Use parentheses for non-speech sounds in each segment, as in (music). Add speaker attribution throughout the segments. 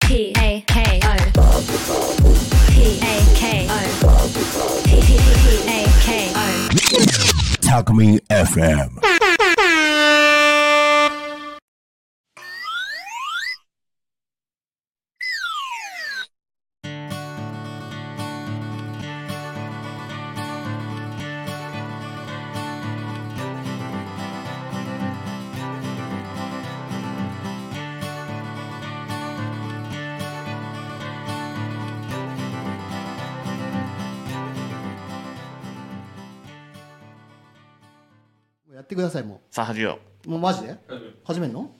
Speaker 1: P A K O P A K O P P P A K O
Speaker 2: Talk Me FM.
Speaker 3: もうやってくださいも
Speaker 4: さあ始めよ
Speaker 3: うもうマジで
Speaker 5: 大丈
Speaker 3: 始めんの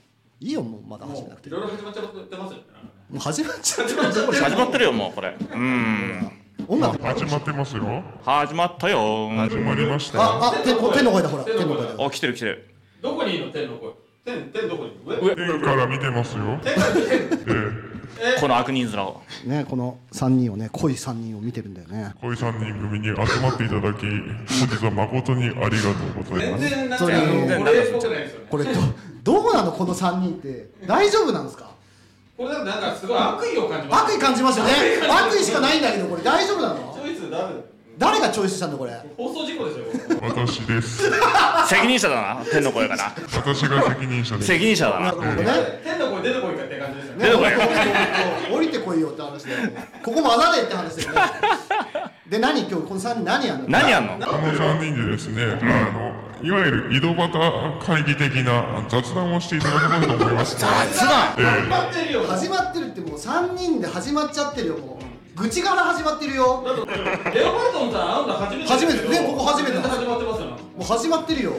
Speaker 3: いいよもうまだ
Speaker 5: 夫
Speaker 3: 始め
Speaker 5: も
Speaker 3: なく
Speaker 5: う
Speaker 3: て
Speaker 5: い
Speaker 3: も
Speaker 5: ろいろ始まっちゃってますよねなんかね
Speaker 3: う始まっちゃって
Speaker 4: う始まってるよもうこれうーん
Speaker 3: 音楽
Speaker 6: 始まってますよ。
Speaker 4: 始まったよ
Speaker 6: 始まりましたよ。
Speaker 3: ああ手の手の声だほら手の声だ
Speaker 4: お来てる来てる
Speaker 5: どこにいるの天の声天天どこにいるの上
Speaker 6: 天から見てますよ。
Speaker 5: 天から見てんの
Speaker 6: ええ、
Speaker 4: この悪人面を
Speaker 3: ねこの3人をね濃い3人を見てるんだよね
Speaker 6: こういう三人組に集まっていただき、本日は誠にありがとうござい
Speaker 5: 全
Speaker 6: ます。
Speaker 5: 然なんか
Speaker 3: それ
Speaker 5: 全然俺っぽくないですよね
Speaker 3: これどどうなのこの3人って大丈夫なんですか
Speaker 5: これなんかなんかすごい悪意を感じます
Speaker 3: 悪意感じますよね悪意しかないんだけどこれ大丈夫なの
Speaker 5: こいつダメだよ
Speaker 3: 誰がチョイスしたんだこれ
Speaker 5: 放送事故ですよ
Speaker 6: 私です。
Speaker 4: 責任者だな天の声かな
Speaker 6: 私が責任者です。
Speaker 4: 責任者だな
Speaker 3: なるほどね
Speaker 5: 天の声出てこいかって感じですよね
Speaker 4: 出てこいよ
Speaker 3: 降りてこいよって話だよここもあざでって話だよねで何今日この3人何やんの
Speaker 4: 何やんの
Speaker 6: この三人でですね、あの、いわゆる井戸端会議的な雑談をしていただこうと思います。
Speaker 4: 雑談
Speaker 6: え
Speaker 5: 頑張ってるよ
Speaker 3: 始まってるってもう3人で始まっちゃってるよもう愚痴から始まってるよも
Speaker 5: レオパルトンさんあんた初めてですよ
Speaker 3: 初めてねここ初めてだ
Speaker 5: 全然始まってますよなんか
Speaker 3: う始まってるよ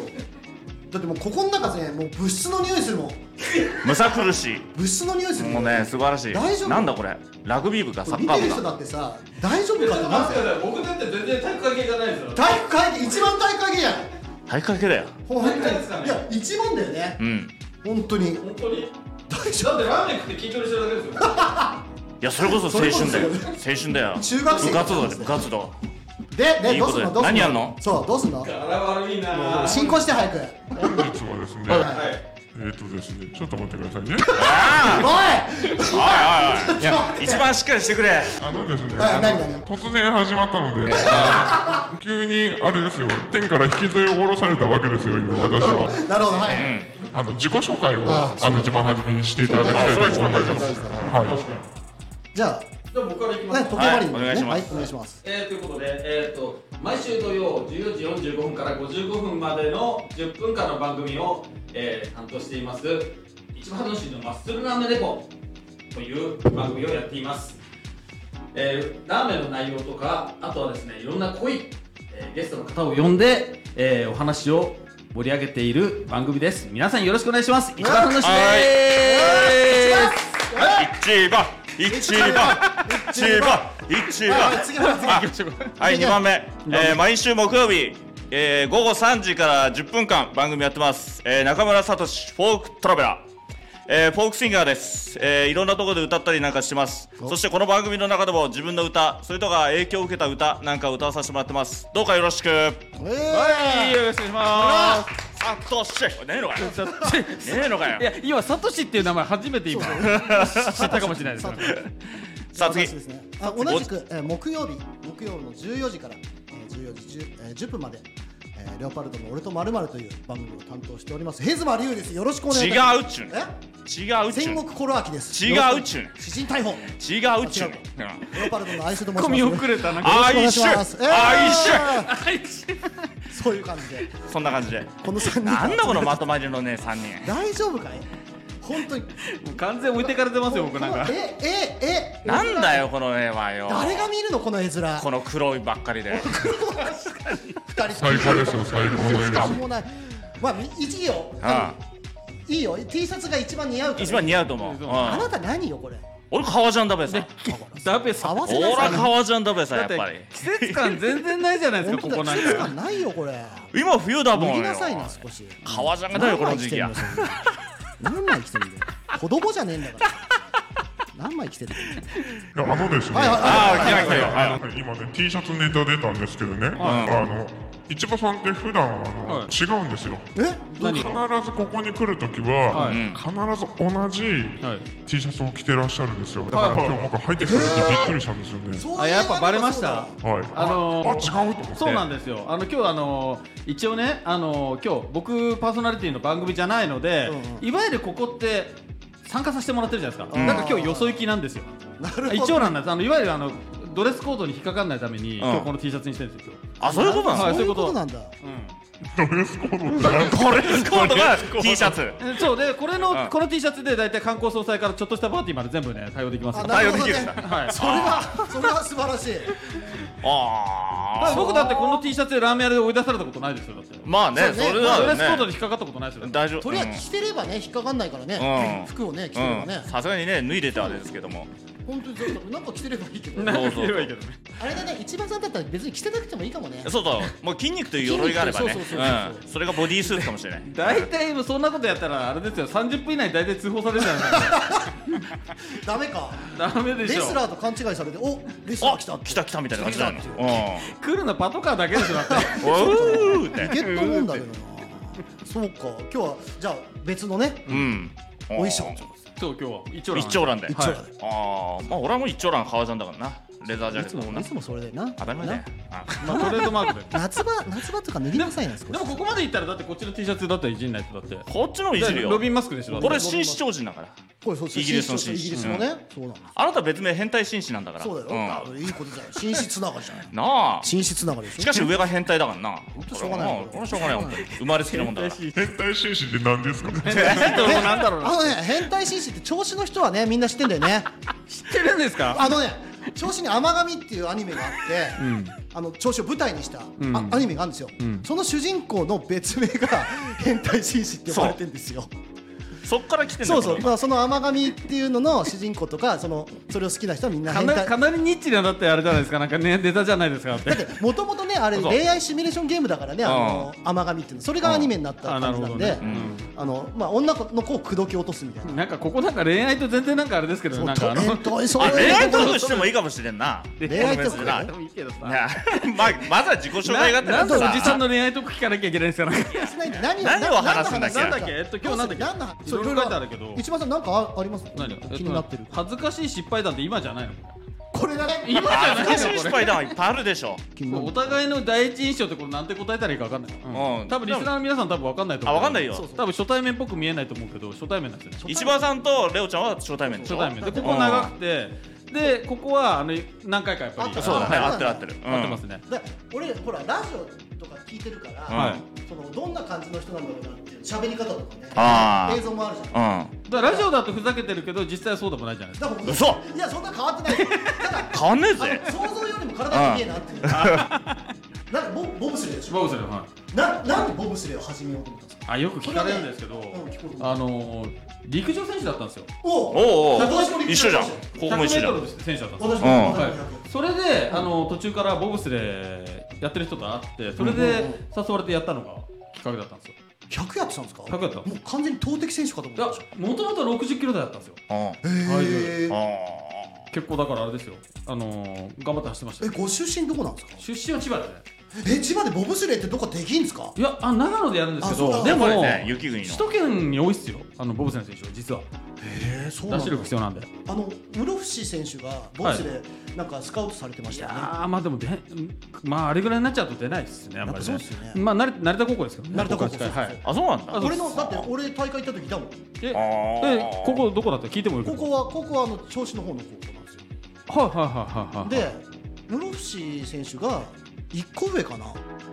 Speaker 3: だってもうここの中ねもう物質の匂いするもん
Speaker 4: むさ苦し
Speaker 3: 物質の匂いす
Speaker 4: い
Speaker 3: る
Speaker 4: もうね素晴らし
Speaker 3: 大丈夫
Speaker 4: いなんだこれラグビー部かサ
Speaker 3: これ
Speaker 4: ッ
Speaker 3: 見
Speaker 4: カ
Speaker 3: て
Speaker 4: ー
Speaker 3: る
Speaker 4: 部
Speaker 3: 人
Speaker 4: か
Speaker 3: だってさ大丈夫
Speaker 5: えち
Speaker 3: か
Speaker 5: ょっ
Speaker 3: って
Speaker 5: と
Speaker 3: なん
Speaker 5: 待っ
Speaker 3: だ
Speaker 5: てく
Speaker 3: よ
Speaker 5: ださい僕だって全然体育会系じゃないですよ
Speaker 3: 体育会議一番体育会議じゃん
Speaker 4: 体育会系だよ
Speaker 3: 本当に
Speaker 5: 体育会
Speaker 3: い
Speaker 5: 議
Speaker 3: や一番だよね
Speaker 4: うん
Speaker 3: 本当に
Speaker 5: 本当に
Speaker 3: 大丈
Speaker 5: だってラーメン食って緊張してるだけですよ
Speaker 4: いやそれこそ青春だよ
Speaker 3: それこ
Speaker 4: 青春だよ
Speaker 3: 中学生
Speaker 4: 部活動だよ部活動
Speaker 3: 夫でで
Speaker 4: いい
Speaker 3: ど
Speaker 4: こ
Speaker 3: うす
Speaker 4: と
Speaker 3: んのどうすんの
Speaker 4: だよ何やんの
Speaker 3: そうどうすんの
Speaker 5: あら悪いなぁ
Speaker 3: 進行して早くおい
Speaker 6: え本日はですね、
Speaker 5: はい
Speaker 6: えっとですね、ちょっと待ってくださいね。
Speaker 4: ああおいおいおいいや一番しっかりしてくれ
Speaker 6: あのですね、
Speaker 3: はい
Speaker 6: あ
Speaker 3: 何何
Speaker 6: の突然始まったので、急にあれですよ、天から引きずり下ろされたわけですよ、今私は。
Speaker 3: なるほどはい
Speaker 6: あの自己紹介をあの一番初めにしていただきたいと思います。は
Speaker 3: じゃ
Speaker 5: じゃあ僕からいき
Speaker 3: あ
Speaker 5: ま
Speaker 3: ね
Speaker 5: す
Speaker 3: 時計回りに
Speaker 4: はいお願い
Speaker 3: ね
Speaker 4: しま
Speaker 3: はい
Speaker 4: す
Speaker 3: お願いします
Speaker 5: えー、ということで、えー、と毎週土曜14時45分から55分までの10分間の番組を、えー担当しています一番楽しいのマッスルラーメンレポという番組をやっています、えーラーメンの内容とかあとはですねいろんな濃い、えーゲストの方を呼んで、えーお話を盛り上げている番組です皆さんよろしくお願いします一番楽しいです
Speaker 4: 一番一番一番一
Speaker 3: はい
Speaker 4: 番
Speaker 3: はい次の次
Speaker 4: あはい、2番目、えー毎週木曜日、えー午後3時から10分間番組やってます、えー中村聡フォークトラベラー、えーフォークシンガーです、えーいろんなところで歌ったりなんかしてますそしてこの番組の中でも自分の歌それとか影響を受けた歌なんかを歌わさせてもらってますどうかよろしく
Speaker 7: はい、よろしくお願いしま
Speaker 4: サトシねえのかよね
Speaker 7: す。
Speaker 4: えのかよ
Speaker 7: いや、今サトシっていう名前初めて今知ったかもしれないです。
Speaker 4: さあ次
Speaker 3: 私ですねあ同じく、えー木曜日木曜の14時から、えー、14時 10,、えー、10分まで、えー、レオパルトの俺とまるまるという番組を担当しておりますヘズマリュウですよろしくお願い
Speaker 4: 違
Speaker 3: いたし
Speaker 4: うっ
Speaker 3: ま
Speaker 4: ちゅうね
Speaker 3: え
Speaker 4: 違うっちゅう
Speaker 3: 戦
Speaker 4: ね
Speaker 3: 国コロアキです
Speaker 4: 違うっちゅうね
Speaker 3: 主人逮捕
Speaker 4: 違うっちゅうねうん
Speaker 3: レオパルトの愛称と申します
Speaker 7: 込み遅れたなんか。
Speaker 4: あいしゅ
Speaker 3: よろ
Speaker 4: あ
Speaker 3: しくお願い
Speaker 4: い
Speaker 3: し
Speaker 4: し
Speaker 3: ま
Speaker 4: ゅ
Speaker 3: すそういう感じで
Speaker 4: そんな感じで
Speaker 3: この3人
Speaker 4: なんだこのまとまりのね3人
Speaker 3: 大丈夫かい本当に
Speaker 7: 完全置いてかれてますよ、僕なんか
Speaker 3: この。えええ
Speaker 4: なんだよこの絵はよ
Speaker 3: 誰が見るのこの絵面
Speaker 4: この黒いばっ
Speaker 3: (laughs)
Speaker 4: かりで
Speaker 3: 二人
Speaker 6: い、最高ですよ、最高の絵です。
Speaker 3: もうないまあみ一応
Speaker 4: あ
Speaker 3: いいよ T シャツが一番似合うから
Speaker 4: 一番似合うと思う、うん
Speaker 3: あなた何よこれ
Speaker 4: 俺革ジャンだべさ
Speaker 7: ダベさ
Speaker 3: 合
Speaker 7: ん。
Speaker 3: わせな
Speaker 4: 俺
Speaker 3: さい
Speaker 4: 革ジャンだべさ
Speaker 7: だ
Speaker 4: や
Speaker 7: っ
Speaker 4: ってぱり
Speaker 7: 季節感全然ないじゃないです
Speaker 3: 本
Speaker 7: か、
Speaker 3: 当
Speaker 7: ここ
Speaker 3: だ
Speaker 7: なん
Speaker 3: 季節感
Speaker 7: か。
Speaker 3: ないよこれ
Speaker 4: 今冬だも
Speaker 3: 脱
Speaker 4: ん
Speaker 3: ぎ
Speaker 4: よ
Speaker 3: なさいな少し
Speaker 4: 革ジャンがだよこの時期や
Speaker 3: 何枚着てんだよそれ何枚着てんだよ子供じゃねえんだから何枚着てる
Speaker 6: いやあのですね、
Speaker 3: はいはい
Speaker 4: ああ、来た来たよ。はい
Speaker 6: はい今ね T シャツネタ出たんですけどね、あの市場さんって普段はあの、
Speaker 7: はい
Speaker 6: 違うんですよ
Speaker 3: え
Speaker 7: 何
Speaker 6: 必ずここに来るとき
Speaker 7: は
Speaker 6: は、
Speaker 7: い
Speaker 6: 必ず同じ
Speaker 7: はい
Speaker 6: T シャツを着てらっしゃるんですよだから今日僕入ってきた時びっくりしたんですよね、
Speaker 7: あ (laughs) やっぱバレました
Speaker 6: はい
Speaker 7: あのー
Speaker 6: あ違うと思って
Speaker 7: そうなんですよ。あの今日あの一応ねあの今日僕パーソナリティの番組じゃないので、
Speaker 3: う
Speaker 7: いわゆるここって参加させてもらってるじゃないですか。
Speaker 3: うん
Speaker 7: だから今日よそ行きなんですよ。
Speaker 3: なるほど
Speaker 7: 一応なんです。あのいわゆるあのドレスコードに引っかかんないために、
Speaker 4: ん
Speaker 7: 今日この T シャツにしてるんですよ。
Speaker 4: あ、そういうことなの
Speaker 7: は
Speaker 3: そういうことなんだ
Speaker 6: ドレスコードって何ですか
Speaker 4: ドレスコードが T シャツ。
Speaker 7: 今日えそうでこれの、
Speaker 4: うん
Speaker 7: この T シャツで大体観光総裁からちょっとしたパーティーまで全部ね対応できます
Speaker 3: あ
Speaker 7: から。
Speaker 3: なるほど
Speaker 4: 対応できるん
Speaker 3: ね
Speaker 7: はい。
Speaker 3: それはそれは素晴らしい
Speaker 4: ああ。
Speaker 7: 僕だってこの T シャツでラーメン屋で追い出されたことないですよだって。
Speaker 4: まあね、
Speaker 3: そうね
Speaker 4: それ
Speaker 7: ドレ
Speaker 4: は
Speaker 7: スコード
Speaker 4: ね。
Speaker 7: に引っかかったことないですよ。
Speaker 4: 大丈夫。
Speaker 3: とりあえず着てればね引っかかんないから
Speaker 4: う
Speaker 3: ね
Speaker 4: ん
Speaker 3: 服をね着て
Speaker 4: う
Speaker 3: れば
Speaker 4: んう
Speaker 3: ね
Speaker 4: ん。さすがにね、脱いでたんですけども。
Speaker 3: 本当にそうなんか着てればいいけど
Speaker 7: な
Speaker 3: ね
Speaker 7: んか着てればいいけどね。
Speaker 3: あれだね一番さんだったら別に着てなくてもいいかもね
Speaker 4: そうそう、もう筋肉という鎧があればね。
Speaker 3: 筋肉そうそうそうそう
Speaker 4: うんそれがボディースーツかもしれない。
Speaker 7: 大体もうそんなことやったらあれですよ30分以内に大体通報されるじゃないですか
Speaker 3: ダメか
Speaker 7: ダメで
Speaker 3: レ
Speaker 7: しょ
Speaker 3: スラーと勘違いされておレスラ
Speaker 4: あ、
Speaker 3: ー来たって
Speaker 4: 来た来たみたいな感じなの。
Speaker 3: 来た来
Speaker 4: う
Speaker 7: 来るのパトカーだけですよだって
Speaker 4: ん。おうって。
Speaker 3: いけると思うんだけどなそうか今日はじゃあ別のね
Speaker 4: うん。
Speaker 3: お衣装
Speaker 7: そう今日は一応
Speaker 4: 一長蘭で。
Speaker 3: 一丁だね
Speaker 4: ああ、まあ俺はもう一丁蘭革ジャンだからな。レザージャ
Speaker 3: い
Speaker 4: ケッ
Speaker 3: つ
Speaker 4: トも
Speaker 3: も。
Speaker 4: ない
Speaker 3: つもそれでな
Speaker 4: 当たり前だよ
Speaker 3: な。
Speaker 4: あ
Speaker 7: まあトレードマークで
Speaker 3: 夏場夏場とか脱ぎなさいな少し
Speaker 7: でもここまでいったらだってこっちの T シャツだったらいじんないとだって
Speaker 4: こっちのもいじる
Speaker 7: ロ
Speaker 4: よ
Speaker 7: ビ。ンマスクでしょだって
Speaker 4: これ紳士超人だから。
Speaker 3: これそうそう
Speaker 4: イギリスの紳士
Speaker 3: イギリスのねそうなんです
Speaker 4: あなた別名変態紳士なんだから。
Speaker 3: そうだ
Speaker 4: ん
Speaker 3: よだからいいことじゃない紳士つながりじゃない
Speaker 4: なあ。
Speaker 3: 紳士つながりでしょ
Speaker 4: しかし上が変態だからな。
Speaker 3: 当しょうがない
Speaker 4: これはしょうがない本当に生まれつきのもんだから。
Speaker 6: 変態紳士って何ですか
Speaker 7: なんだろう
Speaker 3: あ
Speaker 7: な
Speaker 3: のね変態紳士って調子の人はねみんな知ってんだよね
Speaker 7: 知ってるんですか
Speaker 3: あのね調子に「甘神」っていうアニメがあって、あの調子を舞台にした、あアニメがあるんですよ、その主人公の別名が (laughs) 変態紳士って呼ばれてんですよ
Speaker 4: そっから来てんだ
Speaker 3: そ
Speaker 4: よ
Speaker 3: うそう
Speaker 4: こ
Speaker 3: まあ、その甘神っていうのの主人公とかそのそれを好きな人はみんな
Speaker 7: か
Speaker 3: 変
Speaker 7: な
Speaker 3: 態
Speaker 7: かなりニッチなだってあれじゃないですかなんかねネタじゃないですかだって
Speaker 3: もともとねあれ
Speaker 4: そう
Speaker 3: 恋愛シミュレーションゲームだからねあの甘神っていうのそれがアニメになった
Speaker 7: あ
Speaker 3: 感
Speaker 7: な
Speaker 3: じな
Speaker 7: るほ
Speaker 3: ん
Speaker 7: ど
Speaker 3: で
Speaker 7: ね
Speaker 3: あのまあ女の子を口説き落とすみたいな
Speaker 7: なんかここなんか恋愛と全然なんかあれですけどなんかあの
Speaker 3: 本当に
Speaker 4: れ
Speaker 3: そう
Speaker 4: あ
Speaker 3: いう
Speaker 4: 恋愛
Speaker 3: と
Speaker 4: ト
Speaker 3: こ
Speaker 4: ークしてもいいかもしれんな。
Speaker 3: 恋愛トーク
Speaker 4: な
Speaker 3: ね
Speaker 7: いいけどさ
Speaker 4: いや (laughs) まあまずは自己紹介が
Speaker 7: な
Speaker 4: てら
Speaker 7: なんでおじさん
Speaker 4: の
Speaker 7: の恋愛とか聞かなきゃいけないんですかなんか
Speaker 3: 何
Speaker 4: 何を話すんだっけ
Speaker 7: なんだっけえっと今日なんだっけ
Speaker 3: 何の話
Speaker 7: いろいろ書いてあるけど
Speaker 3: 一番さんなんかああります
Speaker 7: 何
Speaker 3: 気になってる
Speaker 7: えと恥ずかしい失敗談って今じゃないの
Speaker 3: これだね
Speaker 7: 今じゃない
Speaker 4: 恥
Speaker 7: の
Speaker 4: ずかしい失敗談はいっぱいあるでしょ。
Speaker 3: 気になる
Speaker 7: お互いの第一印象ってこれなんて答えたらいいか分かんない、
Speaker 4: うん
Speaker 7: 多分リスナーの皆さん多分分かんないと
Speaker 4: あ
Speaker 7: 思う
Speaker 4: わかんないよ
Speaker 7: そうそう多分初対面っぽく見えないと思うけど初対面なんですよね
Speaker 4: 石破さんとレオちゃんは初対面でしょ
Speaker 7: 初対面でここ長くてでここはあの何回かやっぱ
Speaker 3: あ
Speaker 7: りや
Speaker 3: と
Speaker 4: そうだね
Speaker 3: あ
Speaker 4: 合ってる合ってる
Speaker 7: ってますね、
Speaker 3: だ俺ほらラジオとか聞いてるから、
Speaker 7: はい
Speaker 3: そのどんな感じの人なんだろうなっていう喋り方とかね
Speaker 4: あー
Speaker 3: 映像もあるじゃん
Speaker 4: うんうん
Speaker 7: だからラジオだとふざけてるけど実際はそうでもないじゃないですか
Speaker 3: だから
Speaker 4: 嘘
Speaker 3: いやそんな変わってないよただ
Speaker 4: 変わんねえ
Speaker 3: あ
Speaker 4: ぜ
Speaker 3: の想像よりも体が見えなっていうなんかボボブスレーでしょ
Speaker 7: ボブスレーはい
Speaker 3: ななんでボブスレーを始めようと思ったんですか
Speaker 7: あよく聞かれるんですけど、
Speaker 3: これはねうん聞こうと思
Speaker 7: あのー陸上選手だったんですよ
Speaker 3: お
Speaker 4: おうおう
Speaker 3: 私も陸上
Speaker 4: 一緒じゃん
Speaker 3: 選
Speaker 4: ここも一緒じゃ
Speaker 7: 100m
Speaker 4: ん
Speaker 7: 選手だったんで
Speaker 3: 手
Speaker 7: すよ
Speaker 3: 私も
Speaker 4: うん
Speaker 3: 私も
Speaker 7: はい、それで、あの途中からボブスレーやってる人と会ってそれで誘われてやったのがきっかけだったんですよ
Speaker 3: 100やってたんですか
Speaker 7: 100やった
Speaker 3: もう完全に投擲選手かと思って
Speaker 7: だ
Speaker 3: まし
Speaker 7: もともと60キロ台だったんですよ
Speaker 4: うん
Speaker 3: たへー
Speaker 4: あ
Speaker 7: 結構だからあれですよあのー、頑張って走ってました
Speaker 3: え
Speaker 7: よ
Speaker 3: ご出身どこなんですか
Speaker 7: 出身は千葉でね
Speaker 3: え千葉でボブスレーってどこかできんですか
Speaker 7: いやあ長野でやるんですけ
Speaker 3: あそ
Speaker 7: ど
Speaker 3: う
Speaker 7: で
Speaker 3: だ
Speaker 7: も、
Speaker 4: そうだよね雪国の
Speaker 7: 首都圏に多いっすよあのボブスレー選手は実は
Speaker 3: えそうなん
Speaker 7: 脱
Speaker 3: だ
Speaker 7: 力必要なんで
Speaker 3: あの室伏選手がボブスレーなんかスカウトされてまし
Speaker 7: い
Speaker 3: た
Speaker 7: や
Speaker 3: よね
Speaker 7: ーまあでもでまああれぐらいになっちゃうと出ないっすねやっぱり
Speaker 3: やっぱそうっすよね
Speaker 7: まあ成成田高校ですけどね
Speaker 3: 成田高校
Speaker 7: 僕が近いはい
Speaker 4: ーあそうなんだ
Speaker 7: あそう
Speaker 3: 俺のだって俺大会行った時いたもん高
Speaker 7: え
Speaker 4: あー
Speaker 7: えここどこだった聞いてもいい
Speaker 3: 校は高校はあの調子の方の高校なんですよ
Speaker 7: はいはいはいはいは
Speaker 3: で
Speaker 7: い
Speaker 3: 室伏選手が1個上かな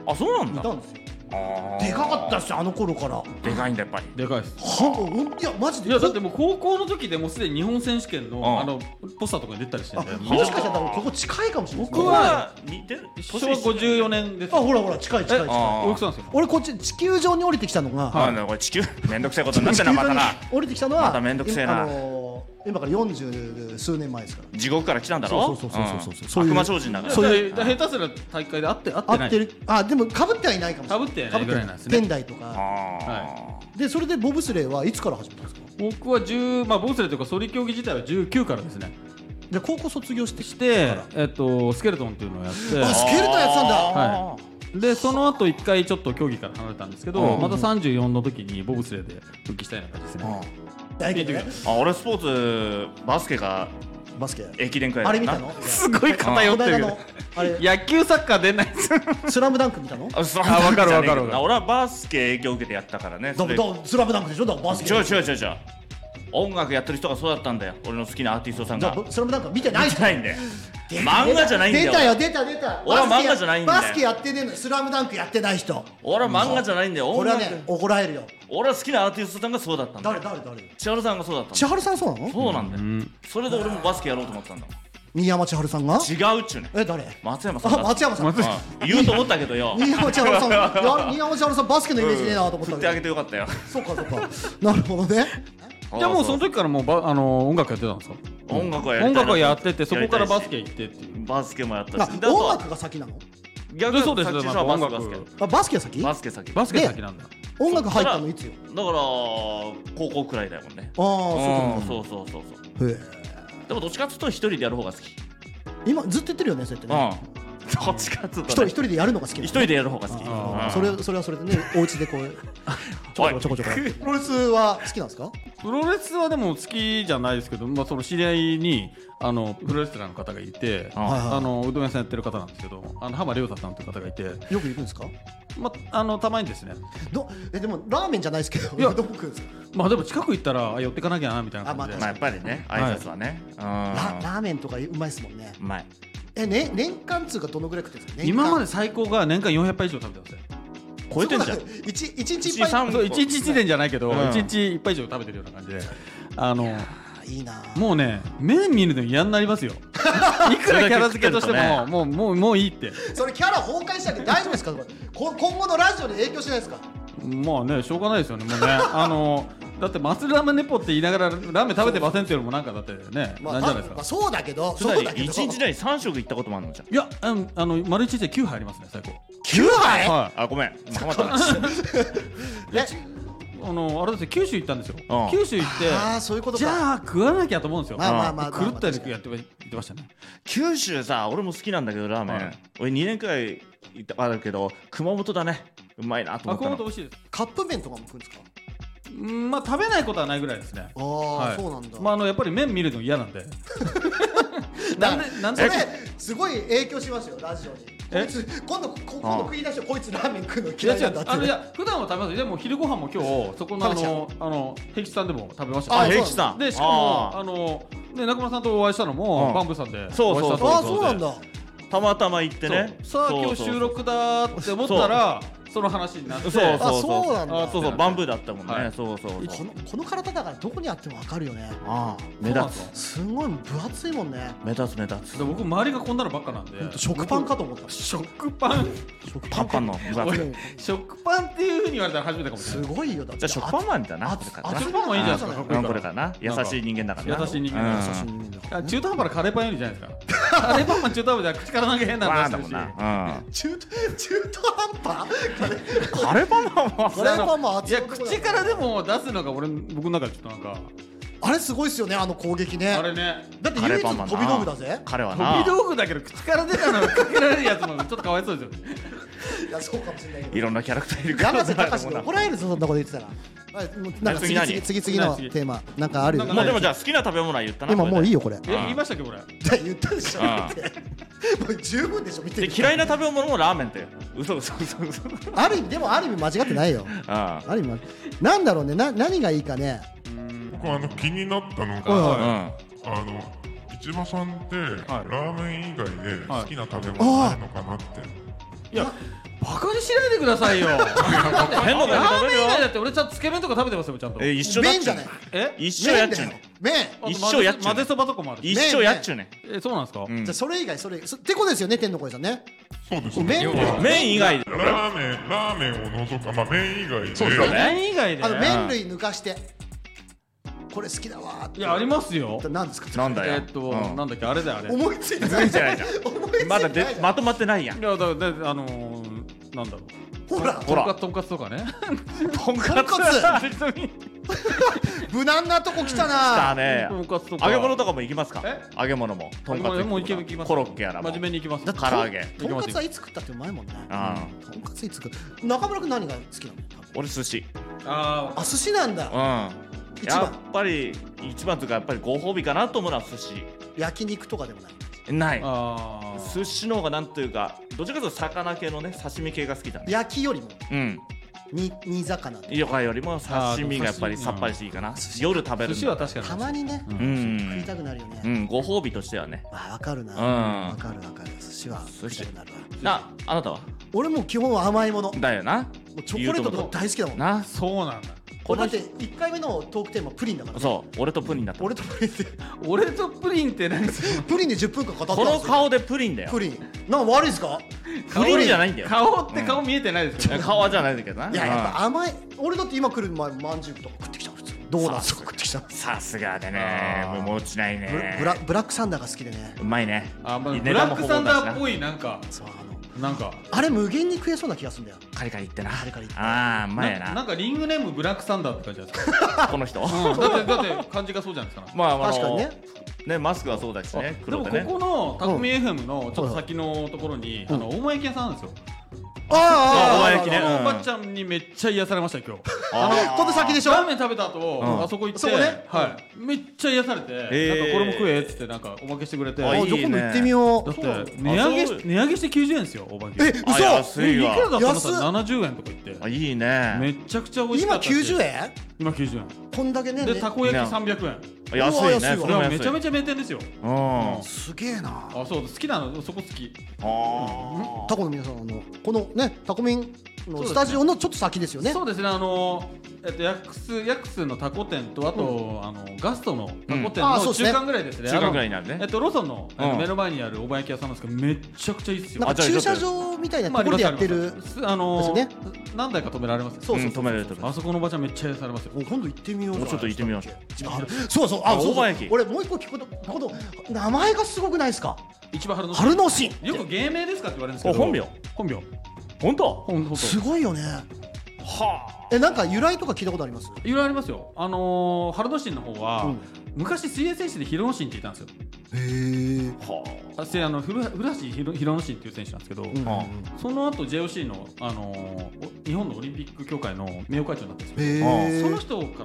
Speaker 4: あそうなん
Speaker 3: い
Speaker 4: だ
Speaker 3: たんですよ
Speaker 4: あー
Speaker 3: でかかったっすよあの頃からは
Speaker 4: でかいんだやっぱり
Speaker 7: でかいっす
Speaker 3: あいやマジで
Speaker 7: いやだってもう高校の時でもうすでに日本選手権の,、
Speaker 4: うん
Speaker 7: あのポスターとかに出たりして
Speaker 3: あ
Speaker 7: んで、
Speaker 3: もしかしたら多分ここ近いかもしれない
Speaker 7: 僕は
Speaker 4: 似てる
Speaker 7: 昭和54年です
Speaker 3: あほらほら近い近い
Speaker 7: え
Speaker 3: 近い
Speaker 4: あー
Speaker 7: 大木さんですよ
Speaker 3: 俺こっち地球上に降りてきたのが
Speaker 4: あーこれ地球めんどくさいことになってんなまたな
Speaker 3: 地球上に降りてきたのは
Speaker 4: まためんどくせえな
Speaker 3: あのー今から40数年前ですから
Speaker 4: 地獄から来たんだろ
Speaker 3: そうそうそうそうそう
Speaker 4: うん
Speaker 3: そういう
Speaker 4: 悪魔超人だから
Speaker 7: そうれ下手すら大会で会って会ってな
Speaker 3: 合
Speaker 7: い
Speaker 3: ってるあでもかぶってはいないかもしれない
Speaker 7: 被ってはいないぐらいなんですね
Speaker 3: 天台とか
Speaker 4: あ
Speaker 7: は
Speaker 4: あ
Speaker 3: でそれでボブスレーはいつから始めたんですか
Speaker 7: 僕は10、まあ、ボブスレーというか、そり競技自体は19からですね。
Speaker 3: じゃあ高校卒業して
Speaker 7: して、えっと、スケルトンっていうのをやって、
Speaker 3: あスケルトンやってたんだ
Speaker 7: はでその後一回ちょっと競技から離れたんですけど、また34の時にボブスレーで復帰したいな感じですね、
Speaker 3: 大学ね
Speaker 4: あ俺スポーツバスケか
Speaker 3: バスケ
Speaker 4: 駅伝か
Speaker 3: あれ見たの
Speaker 7: すごい偏
Speaker 3: こ
Speaker 7: って
Speaker 3: の間
Speaker 7: る
Speaker 3: のあれ
Speaker 7: (laughs) 野球サッカー出ないですよ
Speaker 3: スラムダンク見たの
Speaker 4: あそう
Speaker 7: あわかるわかるわかる
Speaker 4: あ俺はバスケ影響受けてやったからね
Speaker 3: だだスラムダンクでしょだからバスケ
Speaker 4: 違う違う違う違う音楽やってる人がそうだったんだよ俺の好きなアーティストさん
Speaker 3: だ
Speaker 4: が
Speaker 3: からスラムダンクは見てない
Speaker 4: 見てないんだよ漫画じゃないんだよ
Speaker 3: 出たよ出た出た
Speaker 4: 俺は
Speaker 3: バス
Speaker 4: 漫画
Speaker 3: ケや
Speaker 4: じゃないんだよ
Speaker 3: バスケやってねえのスラムダンクやってない人
Speaker 4: 俺は漫画じゃないんだよ
Speaker 3: こ
Speaker 4: 音
Speaker 3: れは
Speaker 4: 楽
Speaker 3: ね怒られるよ
Speaker 4: 俺は好きなアーティストさんがそうだったんだ
Speaker 3: 誰
Speaker 4: よ
Speaker 3: 誰誰
Speaker 4: 千春さんがそうだったんだ
Speaker 3: 千
Speaker 4: よ
Speaker 3: 春さんそうなの
Speaker 4: そうなんだよそれで俺もバスケやろうと思ってたんだ
Speaker 3: 新山千春さんが
Speaker 4: 違うっちゅうね
Speaker 3: え誰
Speaker 4: 松山さん
Speaker 3: あ
Speaker 4: だ
Speaker 3: 松山さん
Speaker 7: 松山
Speaker 4: うん言うと思ったけどよ
Speaker 3: 新山千春さんいや新山千春さんバスケのイメージねえなと思った
Speaker 4: 振
Speaker 3: け
Speaker 4: って
Speaker 3: ど
Speaker 4: あげてよかったよ
Speaker 3: そうかそうかなるほどね
Speaker 7: じゃあもうその時からもうばあのー音楽やってたんですか
Speaker 4: 音楽はやりたい
Speaker 7: 音
Speaker 4: な
Speaker 7: 楽はやっててそこからバスケ
Speaker 4: やり
Speaker 7: 行ってってい
Speaker 4: た
Speaker 7: う
Speaker 4: いしバスケもやった
Speaker 3: あ
Speaker 4: しであと
Speaker 3: 音
Speaker 4: は
Speaker 3: 楽が先なの
Speaker 4: 逆
Speaker 7: で
Speaker 4: に
Speaker 7: そうです
Speaker 4: さっ
Speaker 7: よ
Speaker 4: きの
Speaker 7: なんか
Speaker 4: は
Speaker 7: 音
Speaker 4: バスケバス
Speaker 7: 楽
Speaker 4: ケ
Speaker 3: あバスケ先
Speaker 4: バスケ先だか
Speaker 7: バスケ先なんだ
Speaker 3: 音楽入ったのいつよ
Speaker 4: ら高校くらいだもんね
Speaker 3: ああ
Speaker 4: うん
Speaker 3: そ
Speaker 4: そうそうそうそう
Speaker 3: うかへえ
Speaker 4: でもどっちかっつうと一人でやる方が好き
Speaker 3: 今ずっと言ってるよねそうやって
Speaker 4: う
Speaker 3: ね
Speaker 4: んどっちかっつう
Speaker 3: 一
Speaker 4: と
Speaker 3: 人
Speaker 4: ね
Speaker 3: 一人でやるのが好きなの
Speaker 4: 一人でやる方が好き
Speaker 7: あ
Speaker 4: うん
Speaker 3: それそれはそれでねお家でこうちょこちょこちょこちょこプロレスは好きなんですか
Speaker 7: プロレスはでも好きじゃないですけど、まあ、その知り合いにあのプロレスラーの方がいて
Speaker 4: うん
Speaker 3: はい
Speaker 7: あのうどん屋さんやってる方なんですけどあの浜亮太さんという方がいて、
Speaker 3: よく行くんですか
Speaker 7: まあ、あのたまにですね
Speaker 3: どえでもラーメンじゃないですけど
Speaker 7: いや
Speaker 3: どこ食うんですか
Speaker 7: まあでも近く行ったらあ寄ってかなきゃなみたいな
Speaker 3: あまあ
Speaker 7: 感じで、
Speaker 4: まあやっぱりね挨拶はねうん
Speaker 3: ララーメンとかうまいですもんね
Speaker 4: うまい
Speaker 3: えね年間通がどのぐらい食ってるんですか年間
Speaker 7: 今まで最高が年間400杯以上食べてますよ
Speaker 4: 超えてんじゃん
Speaker 3: そうだ一一日い
Speaker 4: 一三
Speaker 3: っ
Speaker 7: そう一日一年じゃないけど、
Speaker 4: うん
Speaker 7: 一日一杯以上食べてるような感じで、あの
Speaker 3: ぱいいいな
Speaker 7: もうね麺見るの嫌になりますよ。いくらキャラ付けとして
Speaker 4: それだけ
Speaker 7: も、もうもうもういいって。
Speaker 3: それキャラ崩壊したけど大丈夫ですかこれこ今後のラジオに影響しないですか
Speaker 7: まあねしょうがないですよね。もうね (laughs) あのだってマスラーメンネポって言いながらラーメン食べてませんっていうのもなんかだってね、
Speaker 3: ま
Speaker 7: な
Speaker 3: あ
Speaker 7: んじゃないです
Speaker 3: ま
Speaker 7: か
Speaker 3: あ。そうだけど
Speaker 4: つま
Speaker 3: そう
Speaker 4: り
Speaker 3: だけど
Speaker 4: 一日内三食行ったこともあるのじゃん
Speaker 7: いやあのあの丸一日で九杯ありますね最高。
Speaker 3: 九杯
Speaker 7: は
Speaker 4: あごめんたまったな
Speaker 3: え
Speaker 7: い。あのあれですよ九州行ったんですよ
Speaker 4: うん。
Speaker 7: 九州行って。
Speaker 3: ああそういうこと
Speaker 7: じ
Speaker 3: か
Speaker 7: ゃあ食わなきゃと思うんですよ。
Speaker 3: まあまあまあまあ
Speaker 7: 狂ったようにやってま言ってましたね。
Speaker 4: 九州さ俺も好きなんだけどラーメ
Speaker 7: は
Speaker 4: ン
Speaker 7: い
Speaker 4: 俺二年くらい行ったあるけど熊本だねうまいなと
Speaker 7: あ、
Speaker 4: 思った
Speaker 7: 熊
Speaker 4: の
Speaker 7: 本美味しいです。
Speaker 3: カップ麺とかも食うんですか
Speaker 7: うんまあ食べないことはないぐらいですね。
Speaker 3: ああ、
Speaker 7: はい
Speaker 3: そうなんだ、
Speaker 7: まああのやっぱり麺見るの嫌なんで。なんでなん
Speaker 3: それ
Speaker 7: で
Speaker 3: すごい影響しますよラジオにこ
Speaker 7: え
Speaker 3: いつ今度こ今
Speaker 4: ああ
Speaker 3: 度食い出してこいつラーメン食うの
Speaker 7: い
Speaker 3: 嫌
Speaker 7: や
Speaker 3: い
Speaker 7: 違
Speaker 3: なん
Speaker 7: う
Speaker 3: だって
Speaker 7: あのいや普段は食べますよでも昼ご飯も今日そこのあ
Speaker 3: 食べちゃ
Speaker 7: のあの平吉さんでも食べました
Speaker 3: あ
Speaker 4: あ
Speaker 7: ね
Speaker 4: 平吉さん
Speaker 7: でしか
Speaker 4: あ
Speaker 7: も
Speaker 4: ー
Speaker 7: あのね中村さんとお会いしたのも
Speaker 4: うん
Speaker 7: バンブーさんで
Speaker 4: そうそう
Speaker 7: お会いしたとい
Speaker 3: ああ
Speaker 7: こ
Speaker 3: そう
Speaker 7: とで
Speaker 3: なんだ
Speaker 4: たまたま行ってね
Speaker 7: そうさあ今日収録だーって思ったらその話になって
Speaker 4: そうそう
Speaker 3: あそうなんだ
Speaker 4: あそうそうバンブーだったもんね、
Speaker 7: はい
Speaker 4: そうそうそ
Speaker 3: こ
Speaker 4: う
Speaker 3: のこの体だからどこにあっても分かるよね
Speaker 4: ああ目立つ
Speaker 3: すごい分厚いもんね
Speaker 4: 目立つ目立
Speaker 7: で僕周りがこんなのばっかなんで
Speaker 3: ほんと食パンかと思った
Speaker 7: 食パン
Speaker 4: つパンパンの分厚い
Speaker 3: うん
Speaker 7: 食パンっていうふうに言われたら初めてかもし
Speaker 3: す
Speaker 7: れない
Speaker 3: ごいよだっ
Speaker 4: じ
Speaker 3: て
Speaker 4: ゃあ食パンマンだなこれか
Speaker 3: あ
Speaker 4: な
Speaker 3: あ
Speaker 7: 食パンもいいじゃないですか
Speaker 4: うんこれかな優
Speaker 7: んか
Speaker 4: しい人間だからな
Speaker 7: 優しい人間だ
Speaker 4: うん
Speaker 3: 優しい人間だから
Speaker 7: あ中途半端なカレーパンよりじゃないですか (laughs) カレーパンは中途半端じゃ口からなんか変な
Speaker 4: バー
Speaker 7: 話
Speaker 4: ンだ
Speaker 7: だ
Speaker 4: も
Speaker 7: し
Speaker 4: んな、
Speaker 3: 中途中途半端カレー
Speaker 4: うん、カレーパンマンは
Speaker 3: カレーパンも
Speaker 7: い
Speaker 3: 熱
Speaker 7: や口からでも出すのが俺僕の中でちょっとなんか
Speaker 3: あれすごいっすよねあの攻撃ね
Speaker 7: あれね
Speaker 3: だって
Speaker 4: カレ
Speaker 3: 唯一
Speaker 4: ーパンマ
Speaker 3: の
Speaker 4: ン
Speaker 3: 飛び道具だぜ
Speaker 4: 彼は
Speaker 7: 飛
Speaker 4: な
Speaker 7: び道具だけど口から出たのがかけられるやつもちょっとかわいそうですよね
Speaker 3: いやそうかもしれないけど
Speaker 4: いろんなキャラクターいるから
Speaker 3: 山瀬隆
Speaker 4: も
Speaker 3: に
Speaker 4: うな
Speaker 3: 怒られるぞそんなこと言ってたらはいもうなんか次
Speaker 4: 次何
Speaker 3: 々次々の
Speaker 7: 次々
Speaker 3: テーマなんかあるよ
Speaker 7: なん
Speaker 4: もう
Speaker 7: か
Speaker 4: でもじゃあ好きな食べ物は言ったな
Speaker 3: 今もういい
Speaker 4: よ
Speaker 3: よこれ
Speaker 7: え言いましたっけこれ
Speaker 3: じゃ言ったでしょ
Speaker 4: ああ
Speaker 3: 見てもう十分でしょ見て
Speaker 4: で
Speaker 3: る
Speaker 4: 嫌いな食べ物もラーメンって嘘嘘嘘嘘
Speaker 3: ある意味でもある意味間違ってないよ
Speaker 4: あ
Speaker 3: ある意味なんだろうねな何がいいかね
Speaker 6: 僕あの気になったの
Speaker 4: あ、
Speaker 6: が、
Speaker 7: い
Speaker 6: あの市場さんって、ラーメン以外で好きな食べ物
Speaker 3: はい
Speaker 6: ないのかなって、
Speaker 7: いやバカにしないでくださいよ (laughs) だって
Speaker 4: 変な
Speaker 7: ラ
Speaker 4: こと食べ
Speaker 7: ーメン
Speaker 4: る
Speaker 7: 以
Speaker 4: よ
Speaker 7: 外だって俺ちゃんとつけ麺とか食べてますよちゃんと
Speaker 4: うんえ
Speaker 7: え
Speaker 4: 一緒だっ
Speaker 3: 麺
Speaker 4: ち
Speaker 3: じ
Speaker 4: ゅう
Speaker 3: ゃな
Speaker 4: ね
Speaker 3: い
Speaker 4: 一緒や
Speaker 3: 麺
Speaker 4: っち
Speaker 3: だ
Speaker 4: ゅう
Speaker 3: よ
Speaker 4: ね
Speaker 3: 麺
Speaker 7: あと
Speaker 4: 一生やっちゅうね
Speaker 7: 混ぜそばとかもあるし
Speaker 4: 一生やっちゅうね
Speaker 7: えそうなんですか
Speaker 4: うん
Speaker 3: じゃあそれ以外それ以外そってことですよね天の声さんね
Speaker 6: そうですね
Speaker 3: 麺
Speaker 6: 要は
Speaker 4: 麺以外で
Speaker 6: ラーメンラーメンを除くまあ麺以外で
Speaker 4: そうだね
Speaker 7: 麺以外で
Speaker 3: あの麺類抜かしてこれ好きだわーって
Speaker 7: いやありますよ
Speaker 3: 何ですか
Speaker 4: なんだよ
Speaker 7: えっと
Speaker 4: うん
Speaker 7: なんだっけあれだよあれ
Speaker 3: 思いついてない
Speaker 4: いてないじゃん
Speaker 3: (laughs) 思いついてないじゃん
Speaker 4: まだでまとまってないやん
Speaker 7: いやだだあのー、なんだろう
Speaker 3: ほら
Speaker 4: ほら (laughs)
Speaker 7: とんかつとんかつとかね
Speaker 4: とん
Speaker 3: かつ
Speaker 7: 別に
Speaker 3: 無難なとこ来た
Speaker 4: だ
Speaker 3: な
Speaker 4: ね
Speaker 7: うんとんかつとか
Speaker 4: 揚げ物とかも行きますか
Speaker 7: え
Speaker 4: 揚げ物もとんかつ
Speaker 7: もういけいけます
Speaker 4: コロッケやらも
Speaker 7: 真面目にいきます
Speaker 4: だって唐揚げ
Speaker 3: とんかつはいつ食ったってうまいもんね
Speaker 4: あ
Speaker 3: とんかついつ食う中村君何が好きなの
Speaker 4: 俺寿司
Speaker 7: あ
Speaker 3: あ寿司なんだ
Speaker 4: うん
Speaker 3: 一
Speaker 4: や
Speaker 3: 番
Speaker 4: っぱり一番というかやっぱりご褒美かなと思うのは寿司
Speaker 3: 焼肉とかでもない
Speaker 4: ない
Speaker 7: ーあー
Speaker 4: 寿司の方がなんというかどっちかというと魚系のね刺身系が好きだね
Speaker 3: 焼きよりも
Speaker 4: うん
Speaker 3: 煮煮魚とか
Speaker 4: ヨガよりも刺身がやっぱり
Speaker 7: あー
Speaker 4: さ
Speaker 7: でも刺身
Speaker 4: っぱりしていいかな夜食べる
Speaker 7: 寿司は確かに
Speaker 3: たまにね
Speaker 7: う
Speaker 4: うん
Speaker 3: 食いたくなるよね
Speaker 4: うんご褒美としてはね
Speaker 3: あわかるな
Speaker 4: うん
Speaker 3: わかるわかる寿司は
Speaker 4: 寿
Speaker 3: 食い
Speaker 4: 司
Speaker 3: たくなるわ
Speaker 4: なあなたは
Speaker 3: 俺も基本は甘いものも
Speaker 4: だよな
Speaker 3: うチョコレートとか大好きだもん
Speaker 4: な
Speaker 7: そうなんだ
Speaker 3: これだって1回目のトークテーマプリンだからね
Speaker 4: そう俺とプリンだった
Speaker 3: 俺とプリンで
Speaker 7: 俺とプリンって何する
Speaker 3: プリンで10分間語ったんです
Speaker 4: こ
Speaker 3: よ
Speaker 4: の顔でプリンだよ
Speaker 3: プリンなんか悪いですか
Speaker 4: プリンじゃないんだよ
Speaker 7: 顔って顔見えてないですよね
Speaker 4: 顔はじゃないんだけどない
Speaker 3: ややっぱ甘い俺だって今来る前まんじゅうとか食ってきた普通ドーナツとか食ってきた
Speaker 4: うんさすがでね
Speaker 7: あー
Speaker 4: もう落ちない
Speaker 3: ブラ
Speaker 4: ね
Speaker 3: ブラブラックサンダーが好きでね
Speaker 4: うまいね
Speaker 7: あ、まあ、
Speaker 4: 値
Speaker 7: ブ
Speaker 4: 段
Speaker 7: ラ
Speaker 4: も
Speaker 7: ック
Speaker 4: ほ
Speaker 7: サ
Speaker 4: ぼ
Speaker 7: ン
Speaker 4: 同じな
Speaker 7: ダーっぽいなんか
Speaker 3: そうあの
Speaker 7: なんか
Speaker 3: あれ無限に食えそうな気がするんだよ
Speaker 4: カリカリってな
Speaker 3: カリカリって
Speaker 4: ああうまいや
Speaker 7: なん
Speaker 4: な
Speaker 7: かリングネームブラックサンダーって感じなんです
Speaker 4: (laughs)
Speaker 7: か、
Speaker 4: この人
Speaker 7: うん、だってだって感じがそうじゃないですか
Speaker 4: まああの
Speaker 3: 確かにね
Speaker 4: ねマスクはそうだし (laughs) ね
Speaker 7: で
Speaker 4: 黒
Speaker 7: も
Speaker 4: で
Speaker 7: こ
Speaker 4: ね
Speaker 7: この匠 FM のちょっと先のところに、あの大前焼き屋さんあるんですよ、
Speaker 4: あ
Speaker 3: あ
Speaker 4: ー
Speaker 3: あ
Speaker 4: お前焼きね
Speaker 7: あの
Speaker 4: うん
Speaker 7: おばちゃんにめっちゃ癒されまし
Speaker 4: (laughs)
Speaker 7: た今日
Speaker 4: あ
Speaker 3: この先でしょ
Speaker 7: ラーメン食べた後、
Speaker 4: うん
Speaker 7: あそこ行って
Speaker 3: そこね
Speaker 7: はい、めっちゃ癒されて、
Speaker 4: ー
Speaker 7: なんかこれも食えっつってなんかおまけしてくれて
Speaker 4: あ
Speaker 7: だ
Speaker 4: い
Speaker 7: っ
Speaker 4: いね
Speaker 3: じゃあ今度行ってみよう
Speaker 7: て値上げし
Speaker 4: あそう
Speaker 7: 値上げして90円ですよおまけ
Speaker 3: え
Speaker 4: ーあ
Speaker 3: 嘘
Speaker 4: 安い
Speaker 7: えいくら
Speaker 4: わ
Speaker 7: だったの
Speaker 3: 安っ
Speaker 7: 70円とか言っ
Speaker 4: あ
Speaker 7: て
Speaker 4: いい
Speaker 7: め
Speaker 4: ね
Speaker 7: ちゃくちゃ美味しか
Speaker 3: 今
Speaker 7: ったです
Speaker 3: 90円
Speaker 7: 今90
Speaker 3: こんだけね
Speaker 7: 円でたこ焼き
Speaker 4: ね
Speaker 7: 300円
Speaker 4: 安いね
Speaker 3: うわ安いわ
Speaker 4: そ
Speaker 7: こ
Speaker 4: れ
Speaker 7: れ
Speaker 4: も
Speaker 7: は
Speaker 4: 安い
Speaker 7: めちゃめちゃ名店ですよ
Speaker 4: うんあ
Speaker 3: すげえな
Speaker 7: あそう好きなのそこ好き
Speaker 4: あ
Speaker 3: タコの皆さんあのこのねタコミンのスタジオのちょっと先ですよね
Speaker 7: そうですねあのえっとヤックスヤックスのタコ店とあと、あのガストのタコ店
Speaker 3: うんあ
Speaker 7: の
Speaker 3: そうです
Speaker 7: 中
Speaker 3: ね
Speaker 7: 間ぐらいですね、
Speaker 4: 中間ぐらいになるね
Speaker 7: あのえっとローソンの、
Speaker 4: うん
Speaker 7: 目の前にあるおば焼き屋さんなんですけどめっちゃくちゃいいっすよ
Speaker 3: なんか駐車場みたいなところでやってる
Speaker 7: まああのー
Speaker 3: です
Speaker 7: 何台か止められますよ
Speaker 3: そうそう
Speaker 4: うん止められてる
Speaker 7: あそこのおばちゃんめっちゃ癒されますよ
Speaker 3: もう今度行ってみよう
Speaker 4: もうちょっと行ってみよう
Speaker 3: 一番春そうそうあ
Speaker 4: あ
Speaker 3: そうそ
Speaker 4: 大葉
Speaker 3: う
Speaker 4: 焼き
Speaker 3: 俺もう一個聞くことこの名前がすごくないですか
Speaker 7: 一番春の
Speaker 3: 春のシ
Speaker 7: よく芸名ですかって言われるんですけど
Speaker 4: お本名
Speaker 7: 本名
Speaker 4: 本当
Speaker 7: 本本
Speaker 3: すごいよね
Speaker 4: 当は
Speaker 3: えなんか由来とか聞いたことあります
Speaker 7: いろいろありますよあのー、春の神の方は、
Speaker 3: うん
Speaker 7: 昔水泳選手で広野神っていたんですよ
Speaker 3: へえ
Speaker 4: あは
Speaker 7: あせあの古古橋広野神っていう選手なんですけど、
Speaker 4: あ
Speaker 7: その後 JOC の、あのーお日本のオリンピック協会の名誉会長になったんですけ
Speaker 3: へ
Speaker 7: ど
Speaker 3: え
Speaker 7: その人から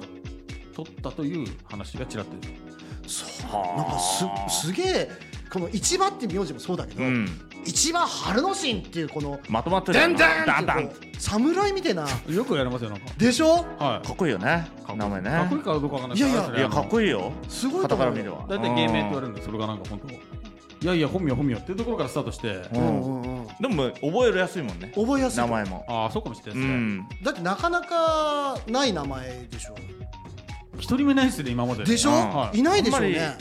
Speaker 7: 取ったという話がちらっと出て
Speaker 3: そう
Speaker 4: はあ
Speaker 3: なんかすすげえこの市場って名字もそうだけど
Speaker 4: うん
Speaker 3: 市場春のシっていうこの
Speaker 4: まとまってる
Speaker 3: ダ
Speaker 4: よ
Speaker 3: ン
Speaker 4: な
Speaker 3: ダン
Speaker 4: ダン
Speaker 3: って
Speaker 4: ダ
Speaker 3: い
Speaker 4: ン
Speaker 3: うこう侍みたいな
Speaker 7: るよくやりますよなんか
Speaker 3: でしょ
Speaker 7: はい
Speaker 4: かっこいいよね名前ね
Speaker 7: かっこいいかどうかわかんないですけ
Speaker 3: いや
Speaker 7: ど
Speaker 3: いや
Speaker 7: あ
Speaker 4: い
Speaker 7: れ
Speaker 4: や
Speaker 7: ですね
Speaker 4: かっこいいよ
Speaker 3: すごいと
Speaker 4: 肩
Speaker 3: 思
Speaker 4: から
Speaker 3: う
Speaker 4: 見
Speaker 3: よ
Speaker 4: るわ
Speaker 7: 大体芸名って言われるんでそれがなんか本当いやいや本名本名っていうところからスタートして
Speaker 4: う
Speaker 3: うんんうんうん
Speaker 4: でも覚えるやすいもんね
Speaker 3: 覚えやすい
Speaker 4: 名前も
Speaker 7: ああそうかもしれ
Speaker 4: う
Speaker 7: ないですね
Speaker 4: ん
Speaker 3: だってなかなかない名前でしょ
Speaker 7: 一人目ないですね今まで
Speaker 3: でしょ、
Speaker 4: うん
Speaker 7: はい
Speaker 3: い、ないでしょうね